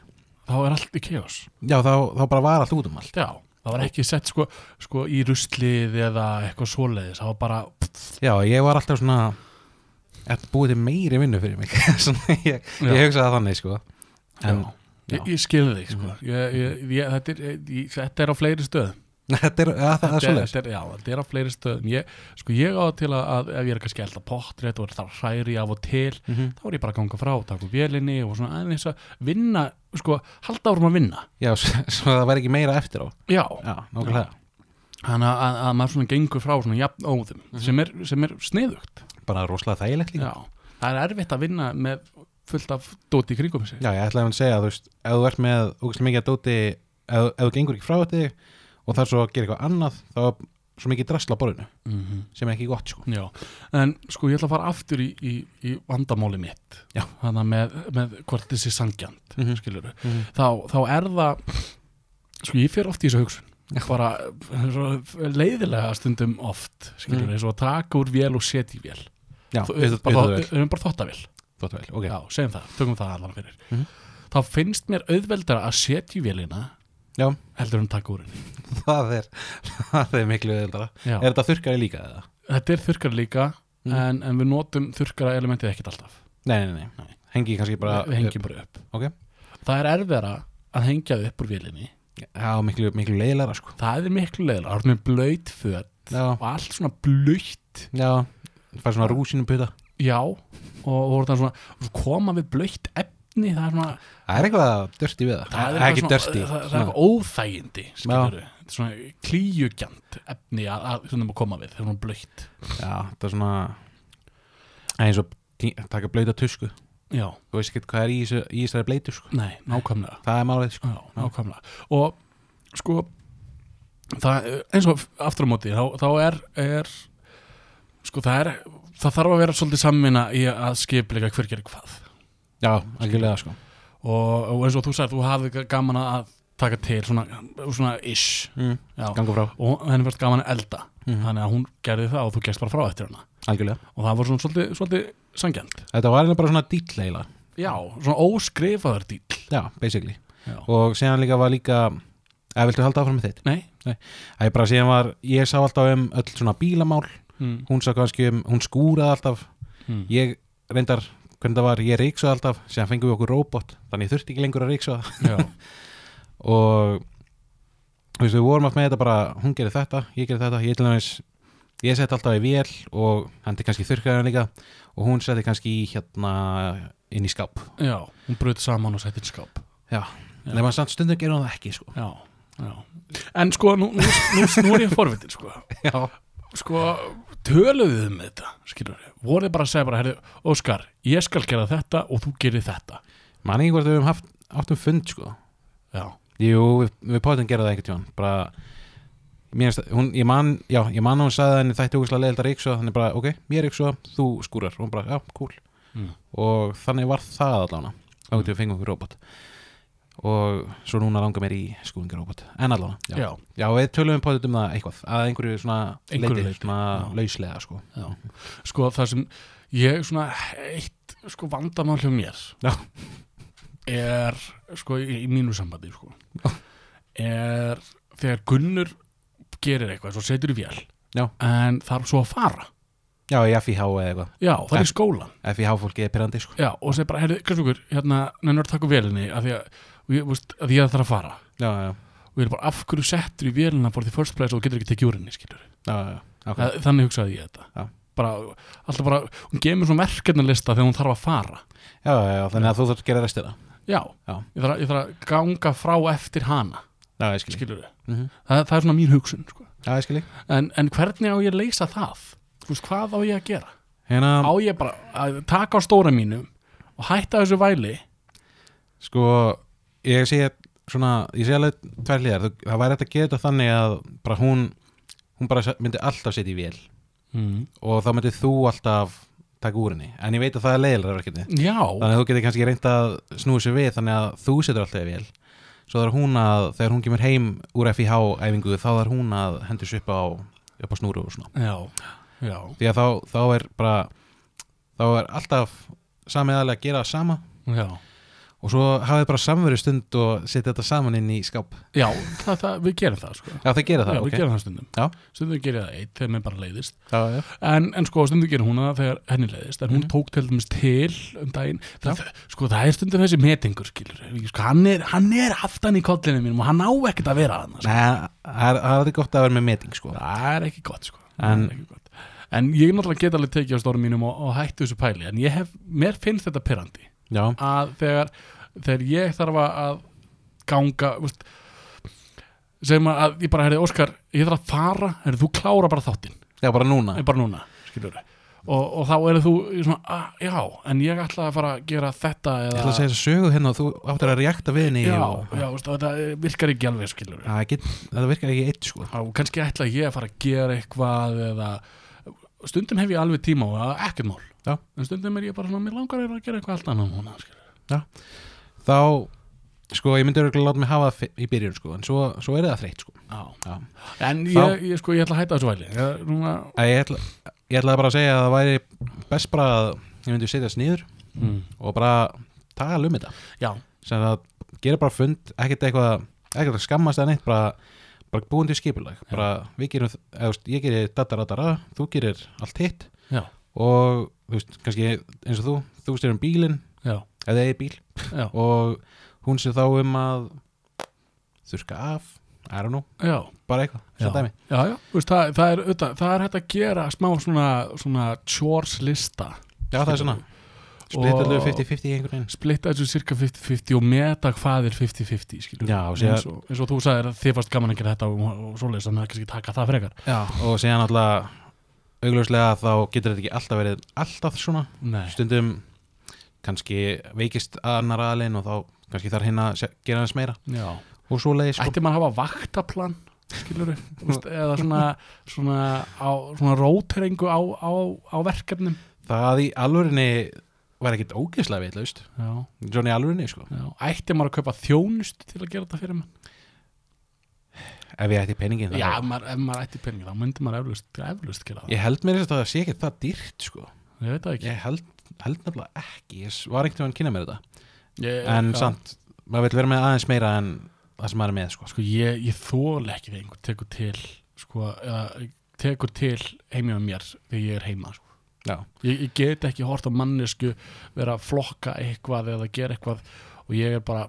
S1: þá er allt í kjós
S2: já þá, þá bara var allt út um allt
S1: Já, það var ekki sett sko, sko í ruslið eða eitthvað svoleiðis það var bara,
S2: já, ég var alltaf svona eftir búið til meiri vinnu fyrir mig svona, ég, ég
S1: Já.
S2: hugsaði það þannig sko. en
S1: Já.
S2: Já.
S1: ég, ég skilði þig sko. ég, ég, ég, þetta, er, ég, þetta er á fleiri stöðum
S2: þetta er, ja, það er
S1: þetta,
S2: svoleiðis
S1: þetta er, Já, þetta er á fleiri stöðum ég, Sko ég á það til að, að ef ég er kannski að elda pottrétt og það hræri af og til
S2: Mhm.
S1: þá er ég bara að ganga frá, taka úr vélinni og svona aðeins að vinna, sko halda árum að vinna
S2: Já, s- svo það væri ekki meira eftir á
S1: Já,
S2: Já, nákvæmlega
S1: þannig að, að, að maður svona gengur frá svona jafn óðum
S2: Mhm.
S1: sem, er, sem er sniðugt
S2: Bara rosalega þægilegt líka
S1: Já, það er erfitt að vinna með fullt af dóti í kringum sig
S2: Já, ég ætlaði að segja, þú veist, ef þú ert með ógæslega mikið að dóti, ef, ef þú gengur ekki frá þetta og þar svo að gera eitthvað annað þá er svo mikið drasla á borðinu
S1: mm -hmm.
S2: sem er ekki gott, sko
S1: Já, en sko ég ætla að fara aftur í, í, í vandamáli mitt
S2: Já.
S1: þannig að með, með hvort þessi sangjant mm
S2: Mhm. Mhm.
S1: þá, þá er það sko ég fer oft í þessu hugsun bara svo leiðilega stundum oft skilur
S2: Mm.
S1: eins og að taka úr vél og setja í vél
S2: Já,
S1: Þó-
S2: við
S1: bara,
S2: þú vel,
S1: við höfum bara þóttavél
S2: þú vel, ok
S1: já, segjum það, tökum það allan fyrir
S2: Mhm.
S1: þá finnst mér auðveldara að setja í vélina
S2: Já,
S1: heldur en taka úr henni
S2: það er, það er miklu eðildara
S1: Já.
S2: Er þetta þurrkari líka eða?
S1: þetta er þurrkar líka
S2: Mhm.
S1: en, en við notum þurrkara elementið ekkert alltaf
S2: Nei, nei, nei, nei. hengi kannski bara
S1: við hengjum bara upp
S2: Ok,
S1: það er erfiðara að hengja þau upp úr vélinni
S2: já, miklu, miklu leiðilega, sko
S1: það er miklu leiðilega, það er með blöyt föt
S2: Já,
S1: og allt svona blöytt
S2: já, fær svona rúsinu puta
S1: já, og, og það er svona og svo koma við blöytt efni það er svona,
S2: Það er eitthvað dörsti við það
S1: það er
S2: ekki
S1: eitthvað
S2: dörsti
S1: svona, það, það er eitthvað óþægindi skilurðu. Þetta er svona klíugjant efni að, að, sem það má koma við, það er svona blöytt
S2: Já, það er svona Það er eins og tí- taka blöyta tusku
S1: já,
S2: Þú veist ekki hvað er í, þessu, í þessari bleytu sko.
S1: nei, nákvæmlega
S2: Það er málið sko.
S1: já, nákvæmlega og sko það, eins og aftur á móti þá, þá er, er sko það er það þarf að vera svolítið samvinna í að skipleika hver gerir hvað
S2: Já, algjörlega sko.
S1: og, og eins og þú sagði þú hafði g- gaman að taka til svona, svona ish
S2: mm.
S1: já.
S2: Ganga frá,
S1: og henni fyrst gaman að elda
S2: Mhm.
S1: þannig að hún gerði það og þú gerst bara frá eftir hana
S2: algjörlega
S1: og það var svona svolítið, svolítið sangjant
S2: Þetta var eiginlega bara svona dýll eiginlega
S1: já, svona óskrifaðar dýl
S2: Já, basically
S1: já.
S2: Og síðan líka var líka eða viltu halda áfram með þitt?
S1: nei
S2: Það er bara síðan var, ég sá alltaf um öll svona bílamál
S1: mm.
S2: Hún sá kannski um, hún skúraði alltaf
S1: Mm.
S2: Ég reyndar hvernig það var, ég reiksaði alltaf síðan fengum við okkur robot, þannig ég þurfti ekki lengur að reiksaða
S1: já,
S2: og þú veist, við vorum alltaf með þetta bara hún gerir þetta, ég gerir þetta, ég til næmis ég seti alltaf í vél og hann til kannski þurrkaðan líka og hún seti kannski í hérna inn í skáp
S1: já, hún bröt saman og setti í skáp
S2: já, nema samt stundum gerir hún það ekki sko.
S1: já, já en sko, nú, nú, nú, nú er ég forvitin sko.
S2: já,
S1: sko, töluðu þið með þetta skilur við, voruð þið bara að segja bara herri, Óskar, ég skal gera þetta og þú gerir þetta
S2: manni ekki hvort við höfum haft áttum fund sko,
S1: já,
S2: jú, við, við pótum gera það einhvern tímann, bara mér, finnst- hún, ég man, já, ég man að hún sagði að henni þætti úkislega leðilt að reiksa, þannig bara ok, mér reiksa, þú skúrar, og hún bara, já, cool
S1: mm.
S2: og þannig var það allavega átti við fengum okkur robot og svo núna langar mér í skúðingarobot en allavega, já.
S1: já.
S2: já, við tölum potið um það eitthvað, að einhverju svona
S1: Einhverju
S2: leiti,
S1: leyti,
S2: svona
S1: já.
S2: lauslega sko.
S1: Já, sko það sem ég svona eitt sko vandamál hjá mér
S2: Já.
S1: er sko í, í mínu sambandi sko er þegar Gunnur gerir eitthvað svo setur í vél
S2: Já.
S1: en þarf svo að fara
S2: já, í FIH eða eitthvað
S1: Já, það er í skólan
S2: FIH fólki er pyrrandi sko.
S1: Já, og segir bara, heyrðu, Kristjúkur, hérna, nennur að taka vélinni af því að, og ég, veist, að því að það þarf að fara
S2: já, já,
S1: og ég er bara, af hverju settur í vélinna bara því first place og þú getur ekki tekið úr henni, skilur
S2: já, já, já. Okay.
S1: Þa- þannig hugsaði ég þetta
S2: Já.
S1: bara, alltaf bara, hún gemur svona verkefnalista þegar hún þarf að fara
S2: já, já, já þannig að þú þarf að gera restina
S1: já,
S2: Já.
S1: Ég, þarf, að- ég þarf að ganga frá eftir hana
S2: já, ég skilji
S1: skilur við,
S2: mm -hmm.
S1: það, það er svona mín hugsun sko.
S2: já, ég skilji
S1: en, en hvernig á ég að leysa það Þú veist, hvað á ég að gera á
S2: hérna,
S1: ég bara að taka á stóra mínu og hætta þessu væli
S2: sko, ég sé svona, ég sé alveg tvær hliðar Þú- það væri hægt að gera þetta þannig að bara hún, hún bara myndi alltaf setja í vél
S1: mm.
S2: og þá myndir þú alltaf taka úr henni, en ég veit að það er leiðilega verkefni
S1: já,
S2: þannig að þú getur kannski reynt að snúi sér við þannig að þú setur alltaf í vél svo þarf hún að, þegar hún kemur heim úr FIH æfingu, þá þarf hún að hendur sér upp á, upp á snúru og svona
S1: já, já
S2: því að þá, þá er bara þá er alltaf samið aðlega að gera það sama
S1: já,
S2: og svo hafið bara samveru stund og setja þetta saman inn í skáp
S1: já það, það, við gerum það sko.
S2: já, það gera það,
S1: já, við
S2: ok
S1: gerum það stundum
S2: Já.
S1: stundum gerir það eitt þegar mér bara leiðist
S2: já, já.
S1: en, en sko stundum gerir hún það þegar henni leiðist en hún
S2: Mhm.
S1: tók til dæmis til um daginn það, sko það er stundum þessi metingur skilur sko, hann, er, hann er aftan í kollinu mínum og hann á ekkert að vera hann sko.
S2: Nei, það er, það er gott að vera með meting sko.
S1: það er ekki gott sko
S2: En-
S1: Það er ekki gott. en ég náttúrulega get alveg tekið á stórum mínum og, og hættu þessu pæli en ég hef, mér finnst þetta pyrrandi
S2: já,
S1: að þegar, þegar ég þarf að- að ganga veist, segjum að- að ég bara herði Óskar, ég þarf að fara herði þú klára bara þáttinn
S2: já, bara núna
S1: Nei, bara núna, skilur við og, og þá eru þú í svona, að, já, en ég ætla að fara að gera þetta
S2: Ég
S1: eða,
S2: ætla að segja þess að sögu hérna og þú áttir að reakta við henni
S1: já,
S2: og,
S1: já, veist, og þetta eh, virkar ekki alveg skilur við
S2: Það get, þetta virkar ekki eitt sko
S1: og kannski ætla ég að fara að gera eitthvað eða, stundum hef ég alveg tíma og það er ekkert mál
S2: Já.
S1: en stundum er ég bara svona, mér langar eiginlega að gera eitthvað allt annað núna, skilur
S2: Þá, sko, ég myndi örgulega láta mig hafa það fi- í byrjun sko En svo, svo er það þreytt sko
S1: við
S2: Já.
S1: en
S2: Þá-
S1: ég, ég, sko, ég ætla að hætta þessu væli ég, núna,
S2: Æ, ég, ætla, ég ætlaði bara að segja að það væri best bara að ég myndi setjast niður
S1: mm.
S2: og bara tala um þetta
S1: já,
S2: sem að gera bara fund, ekkert eitthvað ekkert að skammast eða neitt, bara, bara búin til skipulag bara, við gerum, eða, þú veist, ég gerir dataradara, þú gerir allt hitt
S1: já,
S2: og, þú veist, kannski eins og þú þú styrir um bílinn,
S1: já,
S2: eða eigi bíl
S1: já,
S2: og hún sé þá um að þurrka af I don't know,
S1: já.
S2: bara eitthvað
S1: Já,
S2: svo dæmi,
S1: já, já. þú Veist, það, það, er, auðvitað- það er hægt að gera smá svona, svona chores lista
S2: já það er svona
S1: Og-
S2: splittalegu 50-50 í einhvern veginn
S1: splitta þessu cirka 50-50 og meta hvað er 50-50 skilur
S2: Já, og
S1: eins,
S2: síðan-
S1: og, eins og þú sagðir að þið varst gaman að gera þetta og, og svoleiðis þannig að kannski taka það frekar
S2: já. og síðan alltaf augljóslega þá getur þetta ekki alltaf verið alltaf svona,
S1: Nei.
S2: stundum kannski veikist annar aðlein og þá kannski þarf hinn að se- gera hans meira
S1: Já.
S2: og svo leiðis sko.
S1: ætti maður að hafa vaktaplan skilur eða svona svona, á, svona róteringu á, á, á verkefnum
S2: það í alvörinni var ekkit ógeðslega vitlaust
S1: já,
S2: Johnny alvörinni sko,
S1: já. ætti maður að kaupa þjónust til að gera þetta fyrir mann
S2: ef ég ætti peningin
S1: já, ef maður, ef maður ætti peningi þá myndi maður eflust, eflust gera það
S2: ég held mér þess að það sé ekki það dýrt sko
S1: ég veit það ekki
S2: Ég held, held nefnilega ekki, ég s- var ekkert að kynna mér þetta
S1: ég,
S2: En
S1: já.
S2: samt, maður vil vera með aðeins meira en það sem maður er með sko.
S1: sko ég, ég þóla ekki þegar einhver tekur til sko, eða tekur til heimja um mér þegar ég er heima sko.
S2: Já,
S1: ég, ég get ekki hort á mannesku vera að flokka eitthvað eða gera eitthvað og ég er bara,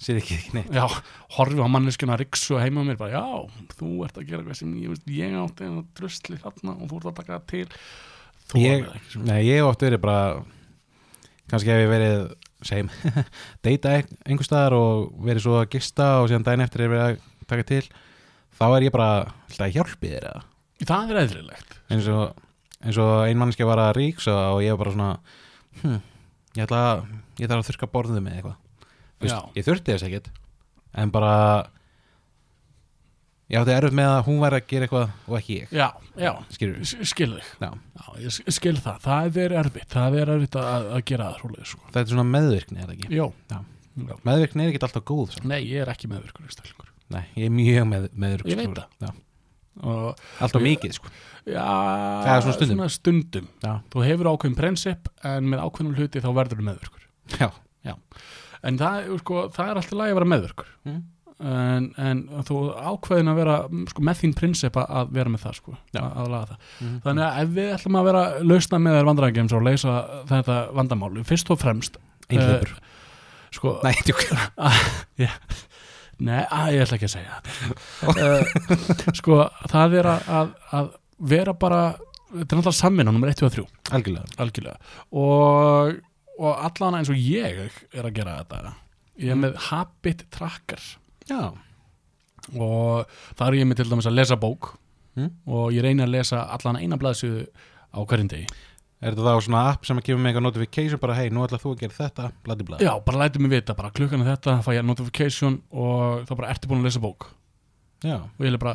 S2: sér ekki ekki neitt
S1: já, horfi á manneskuna riksu heima á mér, bara já, þú ert að gera eitthvað sem ég, veist, ég átti en drusli þarna og þú ert að taka það til þú
S2: ég,
S1: er ekki sko. svona
S2: Nei, ég hef oft verið bara kannski hef ég verið segjum, deyta ein- einhvers staðar og verið svo að gista og síðan daginn eftir er verið að taka til þá er ég bara alltaf að hjálpi þér eða
S1: það er eðlilegt
S2: eins og, eins og ein mannskja var að ríksa og ég var bara svona hm, ég ætla að ég þarf að þurka borðið með eitthvað Þú
S1: Já.
S2: veist, ég þurfti þess ekkert en bara ég átti erfitt með að hún væri að gera eitthvað og ekki ég
S1: já, já,
S2: skilur
S1: s- skil þig
S2: Já.
S1: já, ég s- skil það, það er verið erfitt það er verið erfitt að, að gera það svoleiðis sko.
S2: þetta er svona meðvirkni er það ekki
S1: já.
S2: Já.
S1: já,
S2: meðvirkni er ekki alltaf góð svo.
S1: nei, ég er ekki meðvirkur einstaklingur.
S2: Nei, ég er mjög með, meðvirkni
S1: Ég veit
S2: sko.
S1: það.
S2: Já.
S1: og
S2: alltaf mikið sko.
S1: já,
S2: Já, svona stundum.
S1: stundum.
S2: Já.
S1: þú hefur ákveðin prinsip en með ákveðin hluti þá verður þú meðvirkur
S2: Já.
S1: en það, er, sko, það er alltaf lægi að vera meðvirkur
S2: Mm.
S1: en, en þú ákveðin að vera mm, sko, með þín prinsipa að vera með það sko,
S2: Já.
S1: að, að laga það
S2: Mhm.
S1: þannig að ef við ætlum að vera lausna með þær vandræðingems og leysa þetta vandamál fyrst og fremst
S2: einhleipur uh,
S1: sko,
S2: Nei, djúk.
S1: Nei, að, ég ætla ekki að segja það uh, Sko, það er að, að, að vera bara þetta er náttúrulega samvinna, nummer 1 og 3
S2: algjörlega
S1: algjörlega og, og allan eins og ég er að gera þetta ég er með habit tracker
S2: Já.
S1: og það er ég með til dæmis að lesa bók
S2: Mm.
S1: og ég reyni að lesa allan eina blaðsjöðu á hverjum degi
S2: er þetta þá svona app sem að kemur með eitthvað notification bara hei, nú ætla þú að gera þetta bladi bladi
S1: Já, bara lætið mig vita, bara klukkan er þetta fæ ég notification og þá bara ertu búin að lesa bók
S2: Já.
S1: og ég er bara,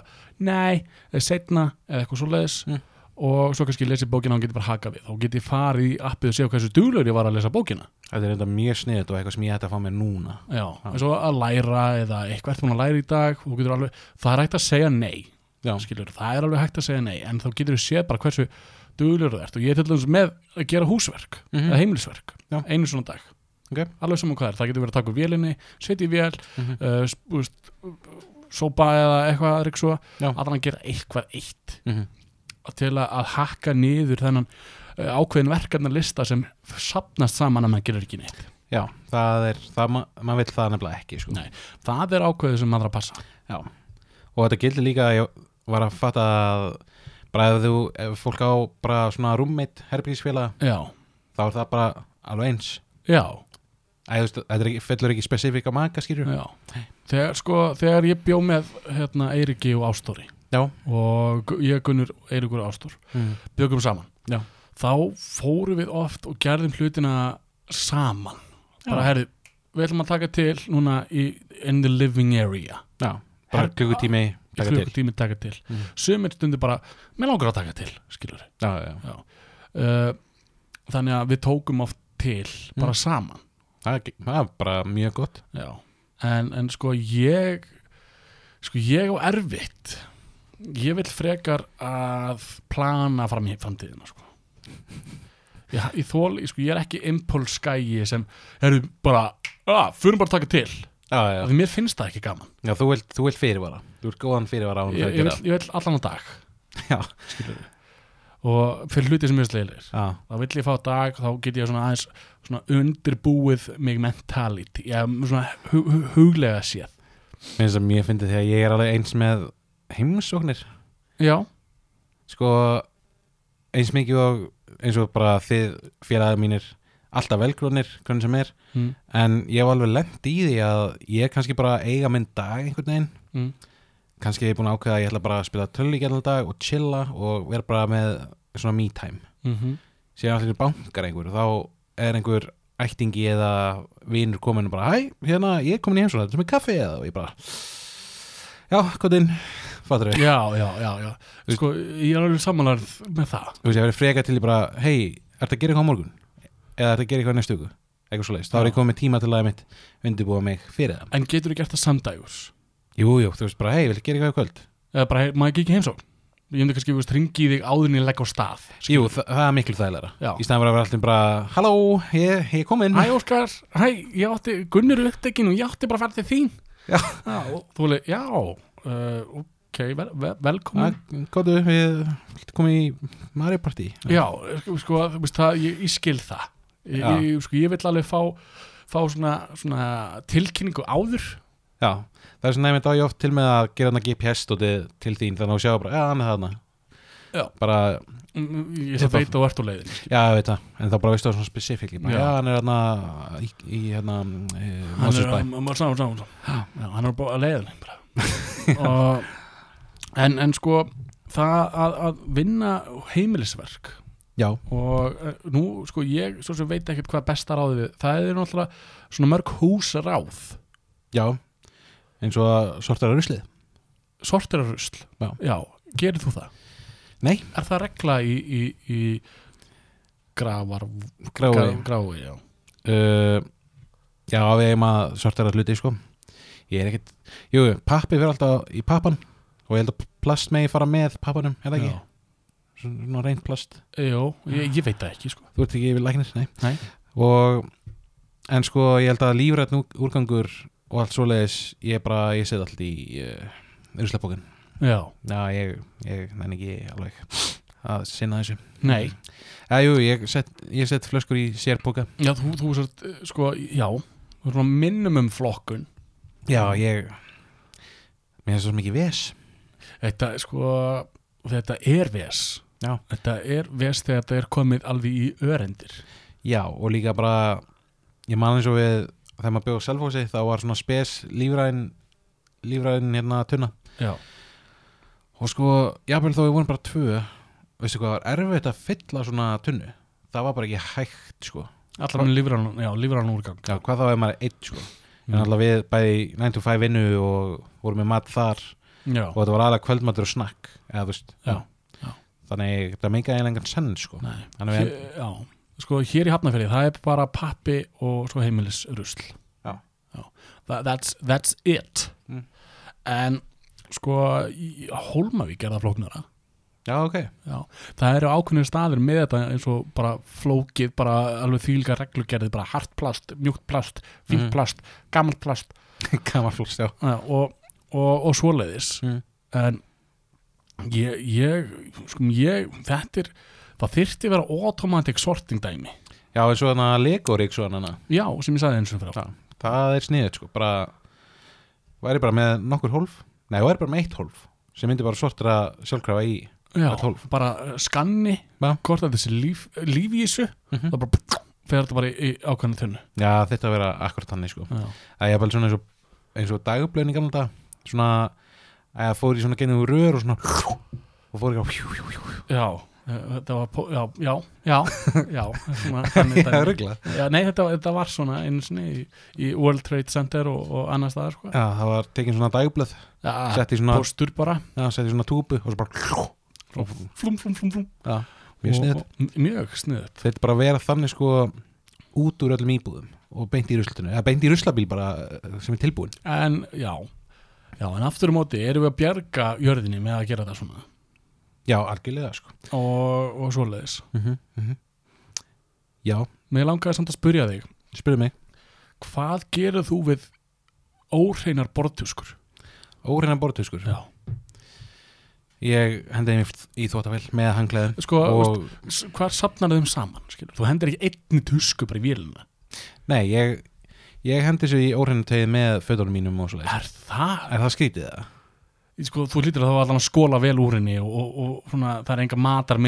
S1: nei, eða setna eða eitthvað svoleiðis
S2: Mm.
S1: og svo kannski lesi bókina og hún geti bara haka við og geti farið í appið og séu hversu duglur ég var að lesa bókina
S2: Þetta er þetta mjög sniðut og eitthvað sem ég ætti að fá mér núna
S1: já, eins og að læra eða eitthvað ert búin að læra í dag og þú getur alveg, það er hægt að segja nei
S2: Já,
S1: skilur, það er alveg hægt að segja nei en þá getur þú séð bara hversu duglur þú ert og ég er til dæmis með að gera húsverk
S2: Mhm.
S1: eða heimilisverk,
S2: Já.
S1: einu svona dag
S2: Ok.
S1: alveg saman hvað er, það getur verið að taka úr vélinni setja í vél,
S2: Mhm.
S1: uh, s- þú veist, sópa eða eitthvað ríksua,
S2: Já.
S1: að hann gera eitthvað eitt
S2: Mhm.
S1: til að, að hakka niður þennan uh, ákveðin verkefnarlista sem sapnast saman að maður gerir ekki neitt
S2: já það er, það, ma maður vill það nefnilega ekki sko.
S1: Nei. það er ákveðið sem maður þarf að passa
S2: Já. Og þetta gildi líka að ég var að fatta að bara ef þú, ef fólk á bara svona roommate herbyggisfélag,
S1: já,
S2: þá er það bara alveg eins
S1: já,
S2: Æ, þú veist, þetta er ekki, fellur ekki spesifik á maka skýrur
S1: já þegar, sko, þegar ég bjó með hérna, Eiriki og Ástóri
S2: Já.
S1: og Gu- ég Gunnur Eirikur og Ástór
S2: Mm.
S1: byggum saman
S2: Já.
S1: þá fórum við oft og gerðum hlutina saman bara
S2: Já.
S1: herðu, við ætlum að taka til núna í, in the living area
S2: Já, bara
S1: Her-
S2: klukkutími taka til
S1: klukkutími taka til Mm.
S2: Mhm.
S1: sumir stundir bara, mér langar að taka til skilur
S2: Já, já, já.
S1: uh, þannig að við tókum oft til bara saman
S2: Það er ekki- það er bara mjög gott
S1: Mm. já. en, en sko ég sko ég á erfitt ég vil frekar að plana fram í framtíðina sko ég, ég þól, ég, sko, ég er ekki impulsgægi sem eru bara að, fyrir bara að taka til
S2: Já, já,
S1: því mér finnst það ekki gaman
S2: já þú vilt, þú vilt fyrirvara Þú ert góðan fyrirvara á hún
S1: ég, ég, vil, ég vil allan á dag
S2: Já.
S1: skilurðu. og fyrir hluti sem ég slegir
S2: Já,
S1: þá vill ég fá dag þá get ég svona aðeins svona undirbúið mig mentality ég, svona hu hu huglega séð
S2: minnst að mér fyndi þegar ég er alveg eins með heimsóknir
S1: já,
S2: sko eins mikið og eins og bara þið félagið mínir alltaf velgrunir hvernig sem er
S1: mm.
S2: en ég hef alveg lent í því að ég kannski bara eiga minn dag einhvern veginn
S1: Mm.
S2: kannski hef ég búin að ákveða að ég ætla bara að spila tölvík allan dag og chilla og vera bara með svona me time
S1: Mm
S2: síðan allir bankar einhver og þá er einhver ættingi eða vinur komin og bara hæ, hérna, ég er komin í heimsókn, þetta er með kaffi eða og ég bara já, hvað inn, fattur við
S1: já, já, já, já sko, ég er alveg samanlarð með það
S2: þú veist, ég verið freka til í bara, hei, ertu að gera eitthvað á morgun? Eða ertu að gera eitthvað næstu viku? Eitthvað svo leiðist, þá er ég komið með tíma til að mitt undirbúa mig fyrir það.
S1: en getur þú gert það samdægurs
S2: Jú, jú, þú veist bara, hei, vil ég gera eitthvað í kvöld?
S1: eða bara, hey, maður ekki ekki heimsókn ég myndi kannski, þú veist, ringi í þig áður en ég legg á stað
S2: Jú, það, það er miklu þægilega.
S1: Já.
S2: Í staðan fyrir að vera alltaf bara, halló, ég, ég er komin.
S1: Hæ Óskar, hæ, ég átti Gunnur er upptekinn og ég átti bara að fara til þín
S2: Já.
S1: og þú veist, já uh, ok, vel, vel, velkomin
S2: Góðu, "Ah, við komum í Mario Party
S1: Já, sko, sko þú veist það, ég, ég skil það ég,
S2: Já.
S1: ég, sko, ég vil alveg fá, fá svona, svona tilkynningu áður
S2: Já, það er sem nefnir dag ég oft til með að gera hana GPS stótið til þín þannig að sjá bara, já, hann er þarna
S1: Já.
S2: Bara,
S1: Mm, ég
S2: Þetta-
S1: veit að þú ert úr leiðin
S2: já, ég veit það, en þá bara veistu það svona spesifíkli
S1: Já.
S2: Já, hann er þarna í, í hérna,
S1: hann er,
S2: Mosesbæ
S1: hann, hann, sá, sá, sá. Já, hann er bara á leiðin og, en, en sko það að, að vinna heimilisverk
S2: Já,
S1: og eh, nú sko ég svo sem veit ekkert hvað besta ráðið við það er náttúrulega svona mörg húsráð
S2: já, eins og að sortara ruslið
S1: sortera rusl
S2: Já.
S1: gerir þú það?
S2: Nei.
S1: Er það regla í, í, í gravar
S2: Gráði
S1: grái já.
S2: uh, Já, við eigum að sortera hluti, sko Ég er ekkit, jú, jú, pappi fyrir alltaf í pappan og ég held að plast megi fara með pappanum, er það ekki?
S1: Já.
S2: Svona reynd plast
S1: Jó, ég, ég veit það ekki sko
S2: Þú ert ekki yfir læknir, nei.
S1: Nei.
S2: Og, en sko, ég held að lífrætt úrgangur og allt svoleiðis, ég bara, ég set allt í uh, ruslapókin.
S1: Já,
S2: Já, ég, ég, nenni ekki alveg að sinna þessu.
S1: nei
S2: Já, jú, ég set, ég set flöskur í sérpóka.
S1: Já, þú, þú sért, eh, sko, já Þú erum að minnum um flokkun
S2: Já, ég, mér finnst það svo mikið ves.
S1: Þetta, sko, þetta er ves
S2: Já.
S1: Þetta er ves þegar þetta er komið alveg í örendir
S2: Já, og líka bara, ég man eins og við, þegar maður bjóð selfhósi, þá var svona spes lífræðin, lífræðin hérna tunna.
S1: Já
S2: Og sko, jafnvel þó við vorum bara tvö Veistu hvað, það var erfitt að fylla svona tunnu Það var bara ekki hægt, sko
S1: Allar hann lífrann, já, lífrann úrgang
S2: Já, hvað þá ef maður er einn, sko En
S1: Mm.
S2: alltaf við bæði í 9 to 5 vinnu og vorum með mat þar
S1: Já,
S2: Og þetta var aðlega kvöldmatur og snakk Eða, þú veist
S1: Já, já.
S2: Þannig, það meika eiginlega engan senn, sko
S1: nei
S2: Þannig við,
S1: Hér, já, sko hér í Hafnarfjörði það er bara pappi og svo heimilisrusl
S2: Já.
S1: Tha- that's, that's it
S2: Mm.
S1: en sko í- á Hólmavík er það flóknara
S2: já, ok
S1: já. það eru ákveðnir staðir með þetta eins og bara flókið bara alveg þýlga reglugerði, bara hart plast mjúkt plast, fínt
S2: Mhm.
S1: plast, gammalt plast
S2: Gammar flóks, já
S1: já, og, og, og svoleiðis
S2: Mm.
S1: en ég, ég, sko, ég þetta er, það þyrfti að vera automatic sorting dæmi
S2: Já, eins og þannig að legorík svo hann
S1: Já, sem ég sagði eins og frá
S2: Já. Það er sniðið, sko Bara, væri bara með nokkur hólf Nei, væri bara með eitt hólf Sem myndi bara sortira sjálfkrafa í
S1: Já,
S2: Öll hólf.
S1: bara uh, skanni
S2: Já.
S1: hvort að þessi líf, líf í þessu
S2: Mhm.
S1: það bara fer þetta bara í, í ákvæmni tunnu
S2: Já, þetta að vera akkurat þannig sko
S1: Já,
S2: að ég er bara svona eins og, eins og dagblöðin í gamla dag svona að fór í svona genið úr rör og svona og fór ekki á
S1: já uh, það var, pó- já, já, já, já svona, þannig dæmi.
S2: ruggla
S1: já, Nei, þetta, var- þetta var svona einu sinni í, í World Trade Center og, og annars staðar sko.
S2: Já, það var tekin svona dagblöð
S1: Já,
S2: sett í svona,
S1: póstur bara
S2: já, sett í svona túbu og svo bara
S1: flum, flum, flum, flum
S2: já, mjög
S1: Og-
S2: sniðt
S1: og- Mjög sniðut
S2: þetta bara að vera þannig sko út úr öllum íbúðum og beint í ruslutinu eða beint í ruslabíl bara eh, sem er tilbúin
S1: En, já Já, en aftur á móti erum við að bjarga jörðinni með að gera það svona
S2: Já, algjörlega sko
S1: og, og svoleiðis
S2: mm -hmm, Já,
S1: Mér langaði samt að spyrja þig
S2: spurðu mig
S1: hvað gerir þú við óhreinar borðtuskur?
S2: Óreinan borðtuskur
S1: Já.
S2: Ég hendiði mér í þvóttavél með hangleðum
S1: Sko,
S2: og
S1: S- Hvað sapnar þeim saman? Skilur? Þú hendir ekki einni tusku bara í vélina.
S2: Nei, ég, ég hendi þessu í óhrennutegið með fötunum mínum og svoleiðis.
S1: Er það?
S2: Er það skrítið það?
S1: Sko, þú lítur að það var allan að skóla vel úr henni og, og, og svona, það er enga matar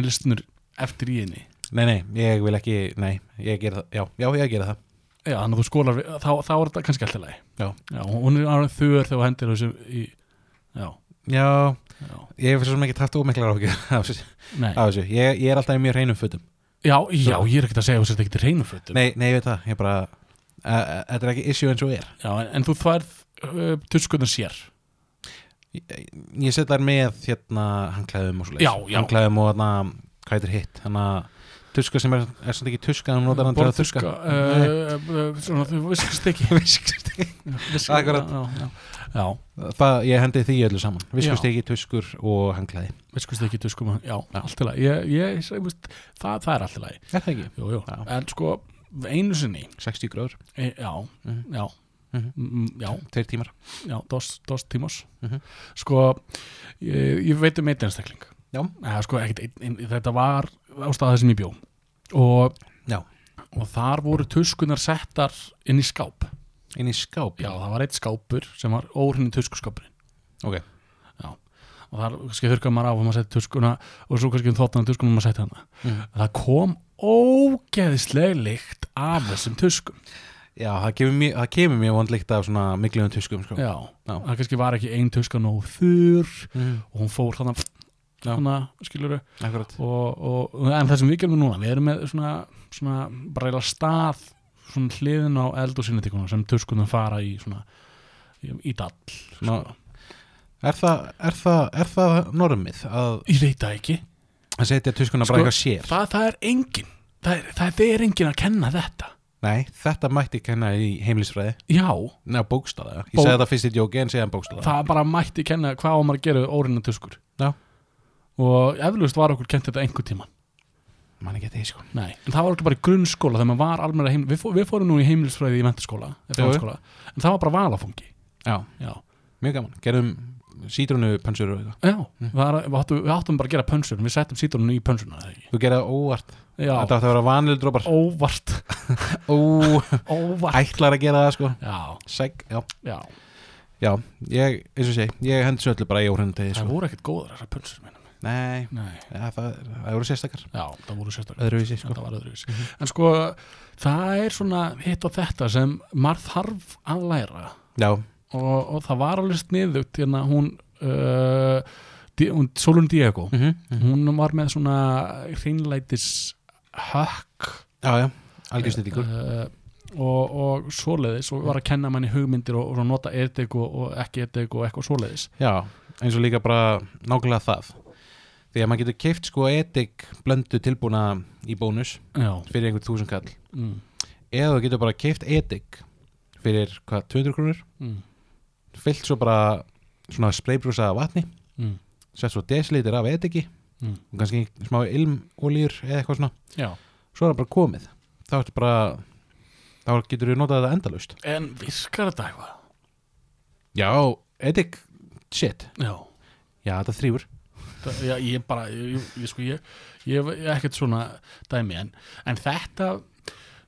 S1: eftir í henni.
S2: Nei, nei, ég vil ekki, nei, ég gera það, já, já, ég gera það.
S1: Já, þannig að þú skólar, við- þá, þá er þetta kannski alltaf leið.
S2: Já.
S1: Já, hún er alveg þur þegar þú hendir þessu í, já,
S2: Já,
S1: já,
S2: ég hef svo sem ekki tætt ómiklar ákjör af þessu.
S1: nei.
S2: af þessu. Ég, ég er alltaf í mjög hreinum fötum.
S1: Já, já, ég er ekkert að segja að þú sért ekkert í reynum fötum.
S2: Nei, nei, ég veit það, ég bara, eh, eh, þetta er ekki issue eins og er.
S1: Já, en, en þú þværð uh, tuskunar sér.
S2: Ég, ég set þar með, hérna, hangleðum og svoleiðis.
S1: Já, já.
S2: Hangleðum og þarna, hvað heitir hitt, þannig að tuska sem er, er svona ekki tuska, hún notar hann til að tuska. Nei,
S1: uh, uh, svona, þú viskast ekki
S2: viskustykki.
S1: Viska,
S2: Akkurat.
S1: já, já, já,
S2: Það, ég hendi því öllu saman. Viskustykki, tuskur og hangleði.
S1: viskust ekki tuskum, já, allt í lagi ég, ég, ég, veist, það, það er allt í lagi
S2: Er það ekki?
S1: jú, jú.
S2: Já.
S1: en sko, einu sinni
S2: 60 gráður
S1: e, já,
S2: Mhm.
S1: já,
S2: Mhm.
S1: Mm, Já,
S2: tveir tímar
S1: já, dos, dos tímos
S2: Mhm.
S1: Sko, ég, ég veit um eitt einstakling
S2: Já.
S1: Eða, sko, ekkit, ein, ein, Þetta var ástæða sem ég bjó og,
S2: Já.
S1: og þar voru tuskunar settar inn í skáp
S2: inn í skáp
S1: Já, það var eitt skápur sem var óhrinn í tuskuskápurinn
S2: Ok.
S1: Já, og þar kannski þurrkað maður á að maður setti tuskuna og svo kannski um þóttan tuskunum maður setti hana
S2: Mhm.
S1: Það kom ógeðisleg lykt af þessum tuskum
S2: Já, það kemur mér, það kemur mér vondlíkt af svona mikluðum tuskum sko.
S1: Já,
S2: Já.
S1: það kannski var ekki ein tuska nóg þurr
S2: mm,
S1: og hún fór þarna
S2: Já.
S1: þarna, skilur
S2: Akkurat
S1: og, og, en það sem við gerum núna, við erum með svona, svona bara eiginlega stað svona hliðin á eld og sinnetíkunum sem tuskunum fara í svona í, í dall
S2: Ná,
S1: sko.
S2: er, það, er, það, er það normið að,
S1: ég veit það ekki
S2: að setja tuskuna
S1: Sko,
S2: bara eitthvað sér?
S1: það, það er engin, það er, það er engin að kenna þetta
S2: Nei, þetta mætti kenna í heimlisfræði
S1: já,
S2: Nei, bókstala Ég
S1: Bó-
S2: segi það fyrst í djóki en segja hann bókstala
S1: það bara mætti kenna hvað á maður að gera við óreina tuskur
S2: Já.
S1: og eflaust var okkur kent þetta einhver tíma
S2: Man ekki þetta í sko
S1: Nei, en það var ekki bara í grunnskóla þegar maður var almenna heimil, við, fó, við fórum nú í heimilisfræði í mentaskóla, eða
S2: Jú, jú.
S1: framhaldsskóla, en það var bara valafungi
S2: Já,
S1: Já,
S2: mjög gaman Gerum sítrunu pönsur og eitthvað
S1: já það er, við, áttum, við áttum bara að gera pönsun, við settum sítrunum í pönsuna eða ekki?
S2: Þú gerði það óvart
S1: Já,
S2: Þetta átti að vera vanil drópar
S1: óvart,
S2: Ó,
S1: óvart
S2: ætlar að gera það sko
S1: Já,
S2: Sæk, já
S1: já,
S2: Já, ég, eins og segi, ég hendi svo öllu bara í óhrunni til því
S1: það
S2: sko
S1: voru ekkert góðar þessar pönsur minnum
S2: Nei,
S1: Nei,
S2: ja, það, það voru sérstakar
S1: já, það voru sérstaklega
S2: Öðruvísi sko
S1: Það var öðruvísi En sko, það er svona hitt og þetta sem maður þarf að læra
S2: Já,
S1: og, og það var alveg sniðugt hérna hún, uh, Di- hún Solun Diego
S2: mm
S1: hún var með svona hreinlætis hökk
S2: já, já, algjör snillingur
S1: uh, og, og svoleiðis og var að kenna manni hugmyndir og, og svo nota edik og, og ekki edik og eitthvað svoleiðis
S2: Já, eins og líka bara nákvæmlega það Því að maður getur keift sko etik blöndu tilbúna í bónus
S1: já,
S2: fyrir einhver þúsund kall
S1: mm,
S2: eða þú getur bara keift etik fyrir hvað, 200 krónur
S1: mm,
S2: fyllt svo bara svona spraybrúsa af vatni
S1: mm,
S2: sett svo desilítir af etiki
S1: Mm.
S2: og kannski smá ilmolýr eða eitthvað svona
S1: já
S2: svo er það bara komið þá, ertu bara, þá getur þú notað þetta endalaust
S1: en virkar þetta eitthvað?
S2: Já, etik, shit
S1: já,
S2: Já, þetta þrýfur
S1: það, já ég bara ég, ég, ég, sko, ég, ég hef ekkert svona dæmi en, en þetta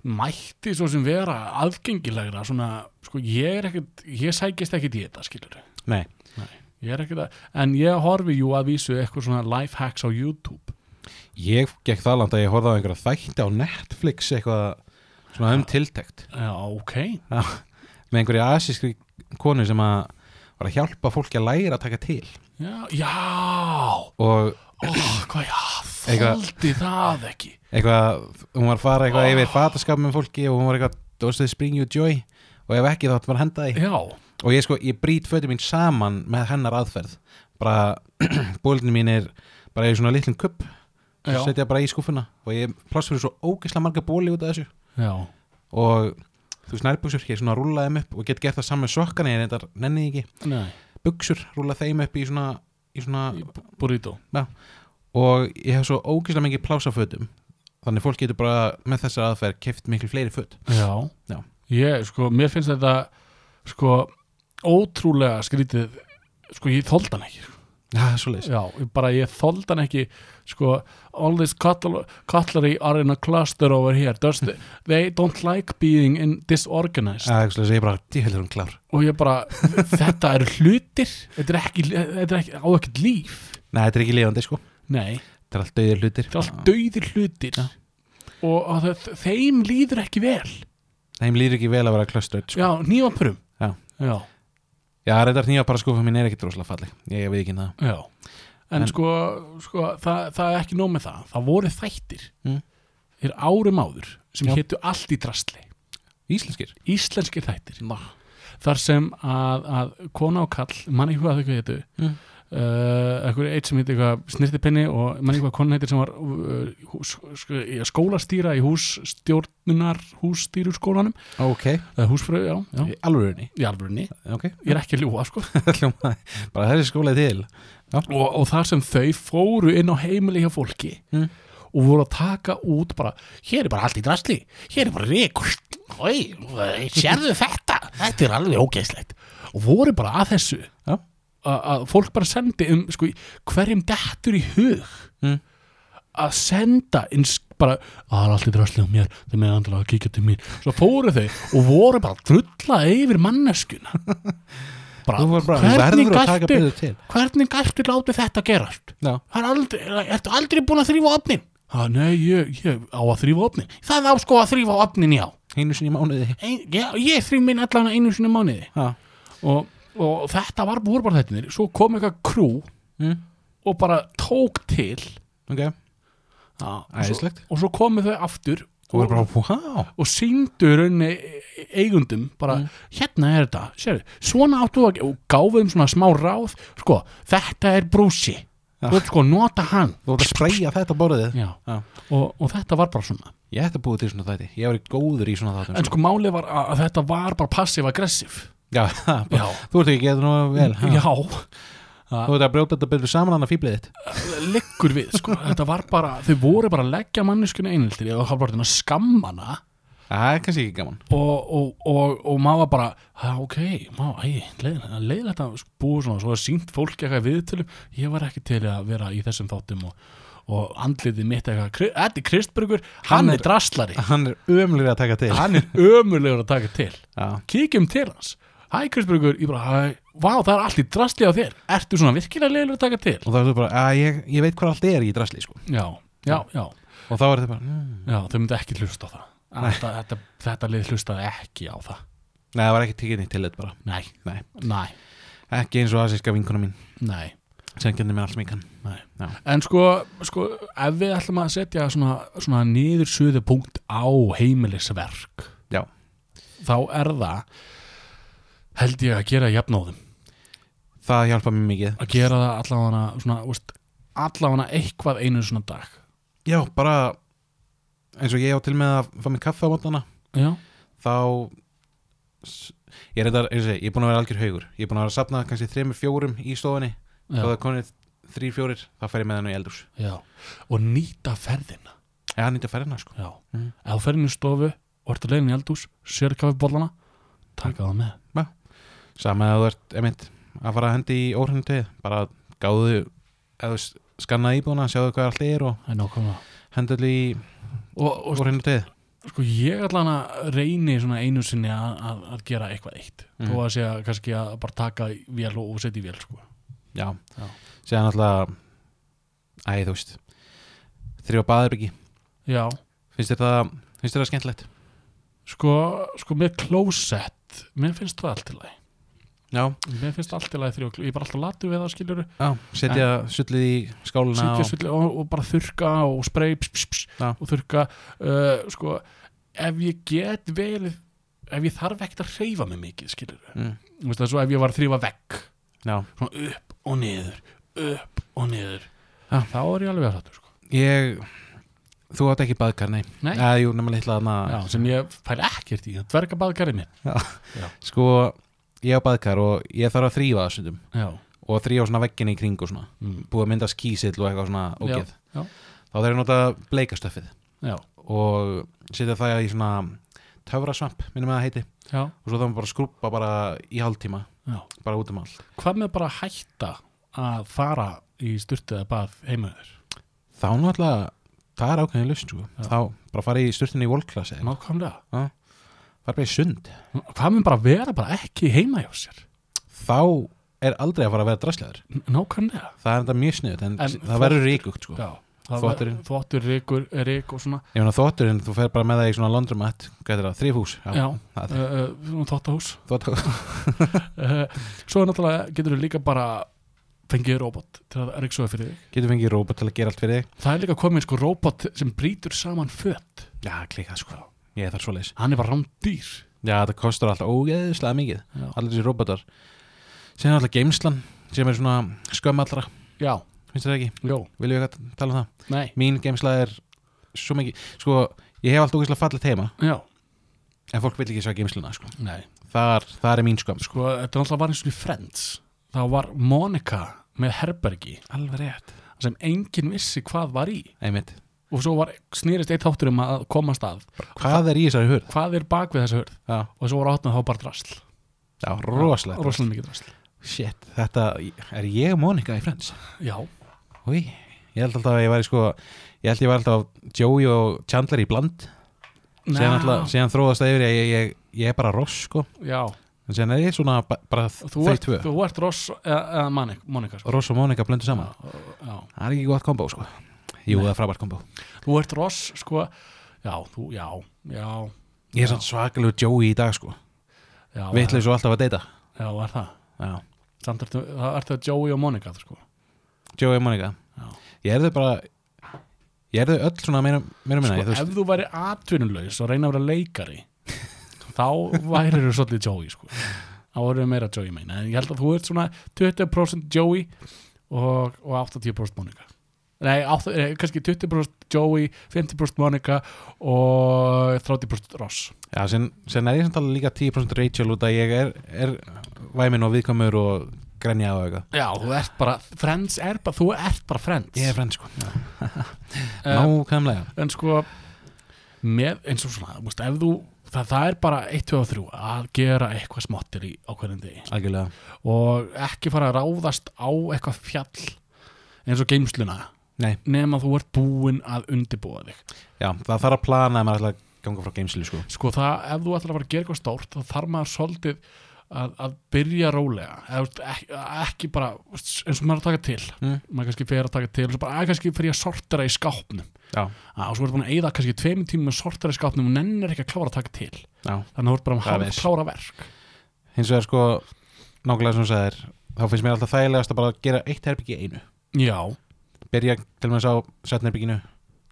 S1: mætti svo sem vera aðgengilegra svona, sko, ég er ekkert ég sækist ekkert í þetta, skilur
S2: Nei,
S1: Ég er ekki það, en ég horfi jú að vísu eitthvað svona life hacks á YouTube
S2: Ég gekk það langt að ég horfði á einhverja þætti á Netflix eitthvað svona um tiltekt
S1: Já, ok
S2: með einhverja asískri konu sem að var að hjálpa fólki að læra að taka til
S1: Já, já
S2: og
S1: ó, hvað ég
S2: Eitthvað-
S1: þóldi það ekki
S2: eitthvað, hún var að fara eitthvað yfir fataskap með fólki og hún var eitthvað Does they bring you joy? og ef ekki þá ætti maður að henda því
S1: Já,
S2: og ég sko, ég brýt fötum mín saman með hennar aðferð bara bólinu mín er bara í svona litlum kupp
S1: já,
S2: svo setja bara í skúfuna og ég pláss fyrir svo ógeðslega marga bóli út af þessu
S1: já.
S2: og þú veist nærbuksur, ég svona rúla þeim upp og get gert það saman með sokkana, ég reyndar nenni því ekki
S1: Nei,
S2: buksur, rúla þeim upp í svona, í svona
S1: burrito
S2: og ég hef svo ógeðslega mikið plása fötum þannig fólk getur bara með þessar aðferð keft miklu fleiri föt
S1: Já,
S2: Já.
S1: Ég, sko, mér finnst þetta sko, ótrúlega skrítið sko, ég þóldi hann ekki
S2: Já, svo leiðis
S1: Já, ég bara ég þóldi hann ekki sko, all this cutl- cutlery are in a cluster over here does they, they don't like being in disorganized
S2: Það er svo leiðis, ég er bara, dýfælir hún klár
S1: og ég bara, þetta eru hlutir þetta er ekki, þetta er ekki á ekkert líf
S2: Nei, þetta er ekki lifandi sko,
S1: nei,
S2: þetta er allt döðir hlutir
S1: þetta er allt dauðir hlutir
S2: Já.
S1: og, og þe- þeim líður ekki vel
S2: Þeim líður ekki vel að vera klöstur sko.
S1: já, nývapurum
S2: Já.
S1: já,
S2: Já, reyndar nýja bara skúfa mín er ekki droslega falleg Ég veit ekki það
S1: já. En,
S2: En-
S1: sko, sko það, það er ekki nóg með það það voru þættir
S2: Mm.
S1: fyrir árum áður sem
S2: Já.
S1: hétu allt í drastli
S2: Íslenskir
S1: íslenskir þættir
S2: Ná.
S1: þar sem að, að kona og kall manni hvað þau hvað hétu
S2: Mm.
S1: Uh, einhver eitt sem heitir eitthvað snirtipinni og mann eitthvað konu heitir sem var uh, hús, sk skólastýra í hússtjórnunar hússtýruskólanum
S2: Ok,
S1: uh, húsfröð, já, já,
S2: í alvörunni
S1: í alvörunni
S2: Ok,
S1: ég er ekki að ljúa sko
S2: Hljómaði. bara þessi skóla er til
S1: og, og þar sem þau fóru inn á heimili hjá fólki
S2: Mm.
S1: og voru að taka út bara, hér er bara allt í drasli hér er bara rík sérðu þetta þetta er alveg ógeislegt og voru bara að þessu
S2: Já.
S1: að að fólk bara sendi um sko, í- hverjum dettur í hug
S2: Mm.
S1: að senda eins bara, að það er allt í drasli á mér þeir með andala að kíkja til mín svo fóru þau og voru bara að drulla yfir manneskuna bara,
S2: Þú var bara- þú verður
S1: hvernig
S2: að taka
S1: gæstu
S2: betur til.
S1: hvernig gæstu látið þetta gerast
S2: Já.
S1: Það er aldrei, ertu aldrei búin að þrýfa opnin ha, nei, ég, ég á að þrýfa opnin það á sko að þrýfa opnin, já
S2: einu sinni í mánuði
S1: ein, já, ég þrýf minn allan einu sinni í mánuði
S2: Já.
S1: og, og þetta var voru bara þetta svo kom eitthvað krú
S2: Mm.
S1: og bara tók til
S2: ok,
S1: já, og, svo,
S2: æðislegt
S1: og svo komu þau aftur
S2: þú verður bara, wow
S1: og sýndu raunni eigundum bara,
S2: Mm.
S1: hérna er þetta sérðu, svona áttu að, og gáfum svona smá ráð, sko, þetta er brúsi
S2: Já.
S1: þú veit sko, nota hann
S2: þú verður að spreyja þetta á borðið
S1: Já.
S2: Já.
S1: Og, og þetta var bara svona
S2: ég ætti að búið til svona þætti, ég hef verið góður í svona þáttum
S1: en sko málið var að, að þetta var bara passiv-aggressiv
S2: já,
S1: já,
S2: bara, þú ert ekki að geta nú vel ha.
S1: já,
S2: þú ert að brjóta þetta betur saman annað fýblið þitt
S1: liggur við sko. þetta var bara, þau voru bara að leggja manneskunni einhildir, ég var bara að skamma hana
S2: það er kannski ekki gaman
S1: og, og, og, og maður var bara "Ha, ok, maður, leiðilegt að búið svona, svo að sínt fólk eitthvað viðtölu, ég var ekki til að vera í þessum þáttum og, og andliðið mitt eitthvað, Kri- Eddi Kristbergur hann,
S2: Hann
S1: er draslari,
S2: hann er ömlega að taka til
S1: hann er ömurlegur að taka til
S2: já,
S1: kíkjum til hans hæ Kristbergur, ég bara, hæ, vá það er allt í drasli á þér, ertu svona virkilega leiðilegur að taka til
S2: og þá er þú bara, að ég, ég veit hvað allt er í drasli sko.
S1: já, já, já,
S2: og þá er þetta bara, mm.
S1: já þau myndi ekki hlusta á það þetta, þetta, þetta leið hlustaði ekki á það
S2: neða það var ekki tekið nýtt til þetta bara
S1: nei,
S2: Nei.
S1: nei,
S2: ekki eins og asíska vinkona mín
S1: nei
S2: sem genni mér allt sem ég kann
S1: En sko, sko, ef við ætlum að setja svona, svona niður suðu punkt á heimilisverk
S2: já,
S1: þá er það held ég að gera jafnóðum
S2: það hjálpa mér mikið
S1: að gera það allavega svona, veist, allavega eitthvað einu svona dag
S2: já, bara eins og ég á til með að fá mér kaffe á mótana
S1: Já,
S2: þá s- ég er þetta, eins og ég, ég er búin að vera algjör haugur ég er búin að vera að sapna kannski þreymur fjórum í stofunni þá
S1: já,
S2: það konið þrýr fjórir, þá fær ég með hann í eldurs
S1: já og nýta ferðina
S2: ég hann nýtti að ferðina sko
S1: Já,
S2: Mhm.
S1: ef þú ferðin í stofu og ert að leiðin í eldús, sérkafibollana taka það með
S2: sama að þú ert, emitt, að fara að hendi í óhrinu tegð, bara gáðu eða s- skannaðu íbúna, sjáðu hvað allt er og
S1: Það er nákvæmlega
S2: hendu allir í
S1: og, og
S2: óhrinu tegð
S1: Sko ég allan að reyni svona einu sinni að, að, að gera eitthvað eitt
S2: Mhm.
S1: þó að segja kannski að bara taka í vél og, og setja í vél sko
S2: já,
S1: Já.
S2: séðan alltaf æ, þú veist þrjá baðarbyggi,
S1: Já,
S2: finnst þér það finnst þér það skemmtilegt?
S1: sko, sko með klósett mér finnst það allt í lagi
S2: Já,
S1: mér finnst allt í lagi þrjó ég er bara alltaf latur við það skiljur
S2: já, setja sullið í skáluna
S1: sitja
S2: og,
S1: svolítið og, og bara þurka og spray pss, pss, pss,
S2: Já.
S1: og þurka uh, sko ef ég get vel ef ég þarf ekkert að hreyfa mig mikið skiljur
S2: mm,
S1: þú veist það er svo ef ég var að þrýfa vekk
S2: já,
S1: svona upp og niður upp og niður
S2: Já.
S1: þá er ég alveg að sattu sko
S2: ég þú átt ekki baðkar, nei,
S1: Nei.
S2: Eða, jú, nema litla þarna
S1: Já, sem ég fæl ekkert í, það dverga baðkarið minn
S2: sko, ég á baðkar og ég þarf að þrýfa það stundum
S1: Já,
S2: og þrýfa svona vegginni í kring og svona
S1: mm.
S2: búið að mynda skísill og eitthvað svona ógeð
S1: já.
S2: þá þarf ég að nota bleikastöfið
S1: já,
S2: og setja það í svona töfrasvamp, minnum að það heiti
S1: já,
S2: og svo þarf maður bara að skrúpa bara í hálftíma
S1: já
S2: bara út um allt
S1: Hvað með bara að hætta að fara í sturtið eða bað heimaður?
S2: þá náttúrulega, það er ákveðin lust sko.
S1: Já.
S2: þá bara fara í sturtinni í volklasi eða eitthvað.
S1: Nákvæmlega
S2: fara bara í sund
S1: Hvað með bara að vera bara ekki heima hjá sér?
S2: þá er aldrei að fara að vera draslegar
S1: N- Nákvæmlega
S2: það er þetta mjög sniðut en,
S1: En þvott-
S2: það verður ríkugt sko.
S1: Já það var-
S2: Þvotturinn.
S1: Þvottur, ríkur, rík og svona
S2: ég meina þótturinn, þú fer bara með það í svona laundromat hvað er það, þrýfús
S1: Já,
S2: það er
S1: uh, uh, þvóttahús
S2: þóttur
S1: uh, Svo náttúrulega getur við líka bara fengið robot til að ríksuða fyrir þig
S2: getur fengið róbot til að gera allt fyrir þig
S1: Það er líka komið sko robot sem brýtur saman fött
S2: já, klika sko, ég þarf svo leys
S1: Hann er bara rándýr
S2: já, það kostar alltaf ógeðislega mikið
S1: Já.
S2: allir þessi róbotar síðan er alltaf geimslan sem er svona skömm allra
S1: Já,
S2: finnst þér það ekki,
S1: jó,
S2: viljum við eitthvað tala um það
S1: nei
S2: mín geimsla er svo mikið sko, ég hef allt ógeðislega fallið teima
S1: Já,
S2: en fólk vil ekki sjá geimsluna sko.
S1: nei
S2: þar, þar er mín skömm sko.
S1: Sko, þetta náttúrulega var eins og í Friends Þá var Monica með herbergi
S2: alveg rétt
S1: sem enginn vissi hvað var í
S2: einmitt,
S1: og svo var snýrist eitt þáttur um að komast að
S2: Hvað er í þessari hurð?
S1: hvað er bak við þessa hörð
S2: Já,
S1: og svo var átnað þá bara drasl
S2: já rosalegt
S1: rosalega mikið drasl
S2: Shit, þetta er ég Monika í Friends
S1: já,
S2: Új, ég held alltaf að ég væri sko Ég held ég væri alltaf Joey og Chandler í bland Síðan, alltaf, síðan þróðast það yfir í að ég, ég, ég er bara ross sko
S1: já.
S2: En síðan er ég svona ba bara
S1: Þú,
S2: þau
S1: ert,
S2: tvö
S1: þú ert Ross eða eða Monica, Monica sko.
S2: Ross og Monika blöndu saman
S1: já.
S2: Það er ekki gott kombo sko Jú, það er frábært kombo
S1: þú ert Ross sko, já, þú, já, já
S2: Ég er svona svakalegu Joey í dag sko
S1: já,
S2: Vitlega svo alltaf að deyta
S1: já, er það
S2: Já.
S1: samt ertu, það ertu Joey og Monica sko.
S2: Joey og Monika
S1: Já.
S2: Ég er þau bara Ég er þau öll svona meira, meira minna
S1: sko,
S2: ég, þú veist,
S1: ef þú væri atvinnulegs og reyna að vera leikari þá værir þú svolítið Joey sko. þá erum við meira Joey meina en ég held að þú ert svona 20% Joey og, og 80% Monica nei, 8, nei, kannski 20% Joey 50% Monica og 30% Ross
S2: Já, síðan, síðan er ég samt alveg líka 10% Rachel út að ég er, er væmin og viðkomur og grenja og eitthvað
S1: já, þú ert bara, Friends er bara þú ert bara Friends
S2: Ég er frend sko
S1: Eh,
S2: Nákvæmlega
S1: en sko með, eins og svona, þú veist, ef þú það, það er bara 1, 2 og 3 að gera eitthvað smottir í ákveðin degi
S2: Algjörlega
S1: og ekki fara að ráðast á eitthvað fjall eins og geimsluna
S2: Nei.
S1: nema þú ert búinn að undibúa þig
S2: Já, það þarf að plana ef maður ætla að ganga frá geimslu sko
S1: sko það, ef þú ætlar að fara að gera eitthvað stórt þá þarf maður svolítið að, að byrja rólega Eð, ekki, ekki bara, eins og maður er að taka til
S2: Mm.
S1: maður kannski fer að taka til og svo bara, að kannski fer ég að sortera í skápnum
S2: Já,
S1: að, og svo er búin að eyða kannski tveimur tímum með sortera í skápnum og nennir ekki að klára að taka til
S2: já
S1: þannig að þú ert bara með
S2: Það er
S1: hálf
S2: veis.
S1: klára verk
S2: Hins vegar sko, nákvæmlega sem þú sagðir Þá finnst mér alltaf þægilegast að bara gera eitt herbyggi í einu
S1: já,
S2: Byrja til með þess á setna herbygginu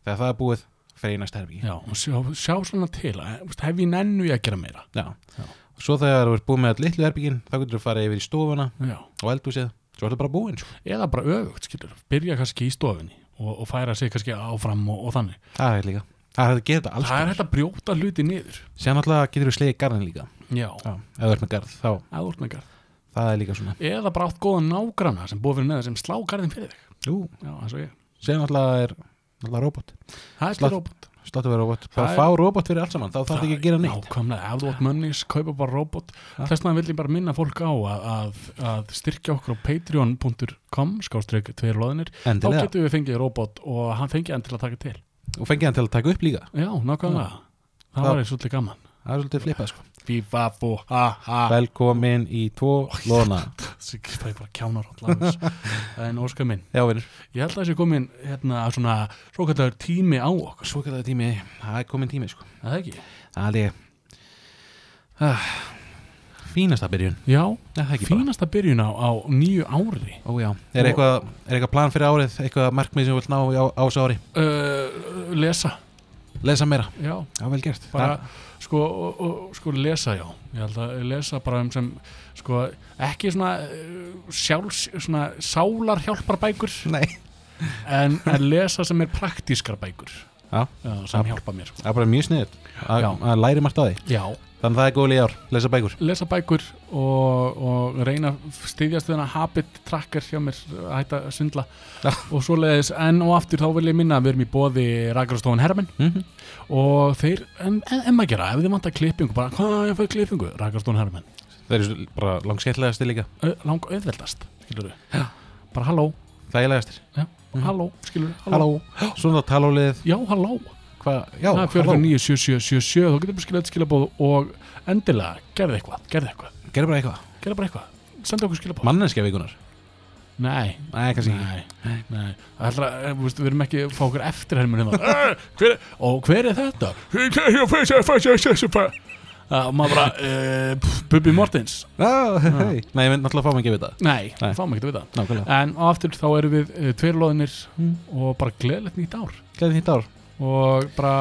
S2: Þegar það er búið, fer ég í næsta herbyggi
S1: já, og sjá, sjá svona til að, þú veist, hef ég nennu ég að gera meira
S2: Já,
S1: Já.
S2: Og Svo þegar þú ert búið með all litlu herbyggin Þá getur þú farið yfir í stofuna
S1: já
S2: og eldhúsið Svo ertu bara búin sko
S1: eða bara öfugt, skilur, byrja kannski í stofunni og, og færa sig kannski áfram og, og þannig
S2: Það er líka Það er hægt að gera þetta alls
S1: það er hægt að brjóta hluti niður
S2: Sér náttúrulega getur við slegið garðin líka
S1: já,
S2: Já, ef þú ert með garð, þá
S1: eða úr með garð
S2: það er líka svona
S1: eða bara átt góðan nágrana sem búið fyrir neða sem slá garðin fyrir þig
S2: Jú,
S1: já, eins og ég,
S2: sér náttúrulega er náttúrulega robot
S1: það er
S2: Slá-
S1: slá robot
S2: Sláttu að vera robot,
S1: Það
S2: bara
S1: er-
S2: fá robot fyrir allt saman Þá þarf ekki að gera neitt
S1: nákvæmlega, ef þú átt mönnis, kaupa bara robot
S2: Ha?
S1: þess vegna vil ég bara minna fólk á að, að, að styrkja okkur á patreon.com skástrík tveir loðinir þá
S2: Endilega,
S1: getum við fengið robot og hann fengið hann til að taka til
S2: og fengið hann til að taka upp líka
S1: já, nákvæmlega, það
S2: Það-
S1: var eins og allir gaman
S2: Það er svolítið flippað sko
S1: Viva, fú, ha,
S2: Ah.
S1: ha
S2: Velkomin í tvo lóna
S1: Þessi kippa ég bara kjánar allaveg En Óskar minn,
S2: Já, vinur
S1: ég held að þessi komin hérna svona svokallar tími á okkur
S2: Svo kallar tími, það er komin tími sko
S1: Er Það ekki?
S2: Það er ah, Fínasta byrjun
S1: Já,
S2: Já, það er ekki bara
S1: fínasta byrjun á, á nýju ári
S2: Ó já, er eitthvað, er eitthvað plan fyrir árið, eitthvað markmið sem þú vilt ná á, á þessu ári
S1: uh, Lesa,
S2: Lesa meira,
S1: já
S2: já vel gert
S1: bara, sko, og, og, sko, lesa, já ég held að lesa bara um sem sko, ekki svona uh, sjálfs, svona sálar hjálpar bækur
S2: Það- Nei
S1: en, en lesa sem er praktískar bækur
S2: Já.
S1: sem hjálpa mér sko.
S2: Það er bara mjög sniður
S1: Já.
S2: að læri margt á því
S1: Já,
S2: Þannig að það er góli í ár, lesa bækur
S1: lesa bækur og, og reyna að styðjast við hana habit tracker hjá mér að hætta að svindla
S2: Já.
S1: og svo leiðis enn og aftur þá vil ég minna að við erum í bóði Rakarstofan Hermann
S2: Mhm.
S1: og þeir, en, en, en maður gera ef þið vantar klippingu, bara hvað ég fæði klippingu Rakarstofan Hermann,
S2: Það eru bara langskelllegasti líka
S1: Ö, lang auðveldast skilur við, bara halló
S2: Þægilegastir
S1: já, halló, skilur við,
S2: Mhm. Halló, svona talólið
S1: já, halló,
S2: Hvað, já,
S1: það er 497777 þá getur við skiljaðið skilabóð og endilega, gerði eitthvað, gerði eitthvað
S2: Gerðu bara eitthvað
S1: gerði bara eitthvað, senda okkur skilabóð
S2: Manneskja vikunar
S1: nei,
S2: Nei, kannski ekki
S1: Nei, nei, það ætla að, þú veist, við erum ekki að fá okkur eftirhermur hérna Eh, hver, Og hver er þetta? Það maður bara, eh, pff, Bubbi Mortens
S2: Já, hei Nei, ég mynd náttúrulega að fá mig ekki við það
S1: Nei,
S2: Nei.
S1: nei. fáum ekki að vita
S2: Nákvæmlega
S1: En á aftur þá erum við eh, tveir loðinir og bara gleðilegt nýtt ár
S2: Gleðið þitt ár
S1: Og bara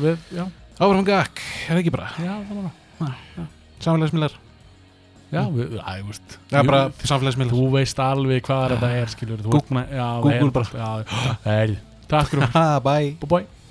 S1: við, já,
S2: Áfram gakk, er ekki bara
S1: já, það var það
S2: Samfélagsmiðlar
S1: Já, við, að, þú veist
S2: Mm. Já, bara
S1: jú,
S2: samfélagsmiðlar
S1: Þú veist alveg hvað þetta er, skilur þú ert búin að- já,
S2: Google
S1: er- Já, hei, takk fyrir okkur.
S2: Ha, bye
S1: Bye bye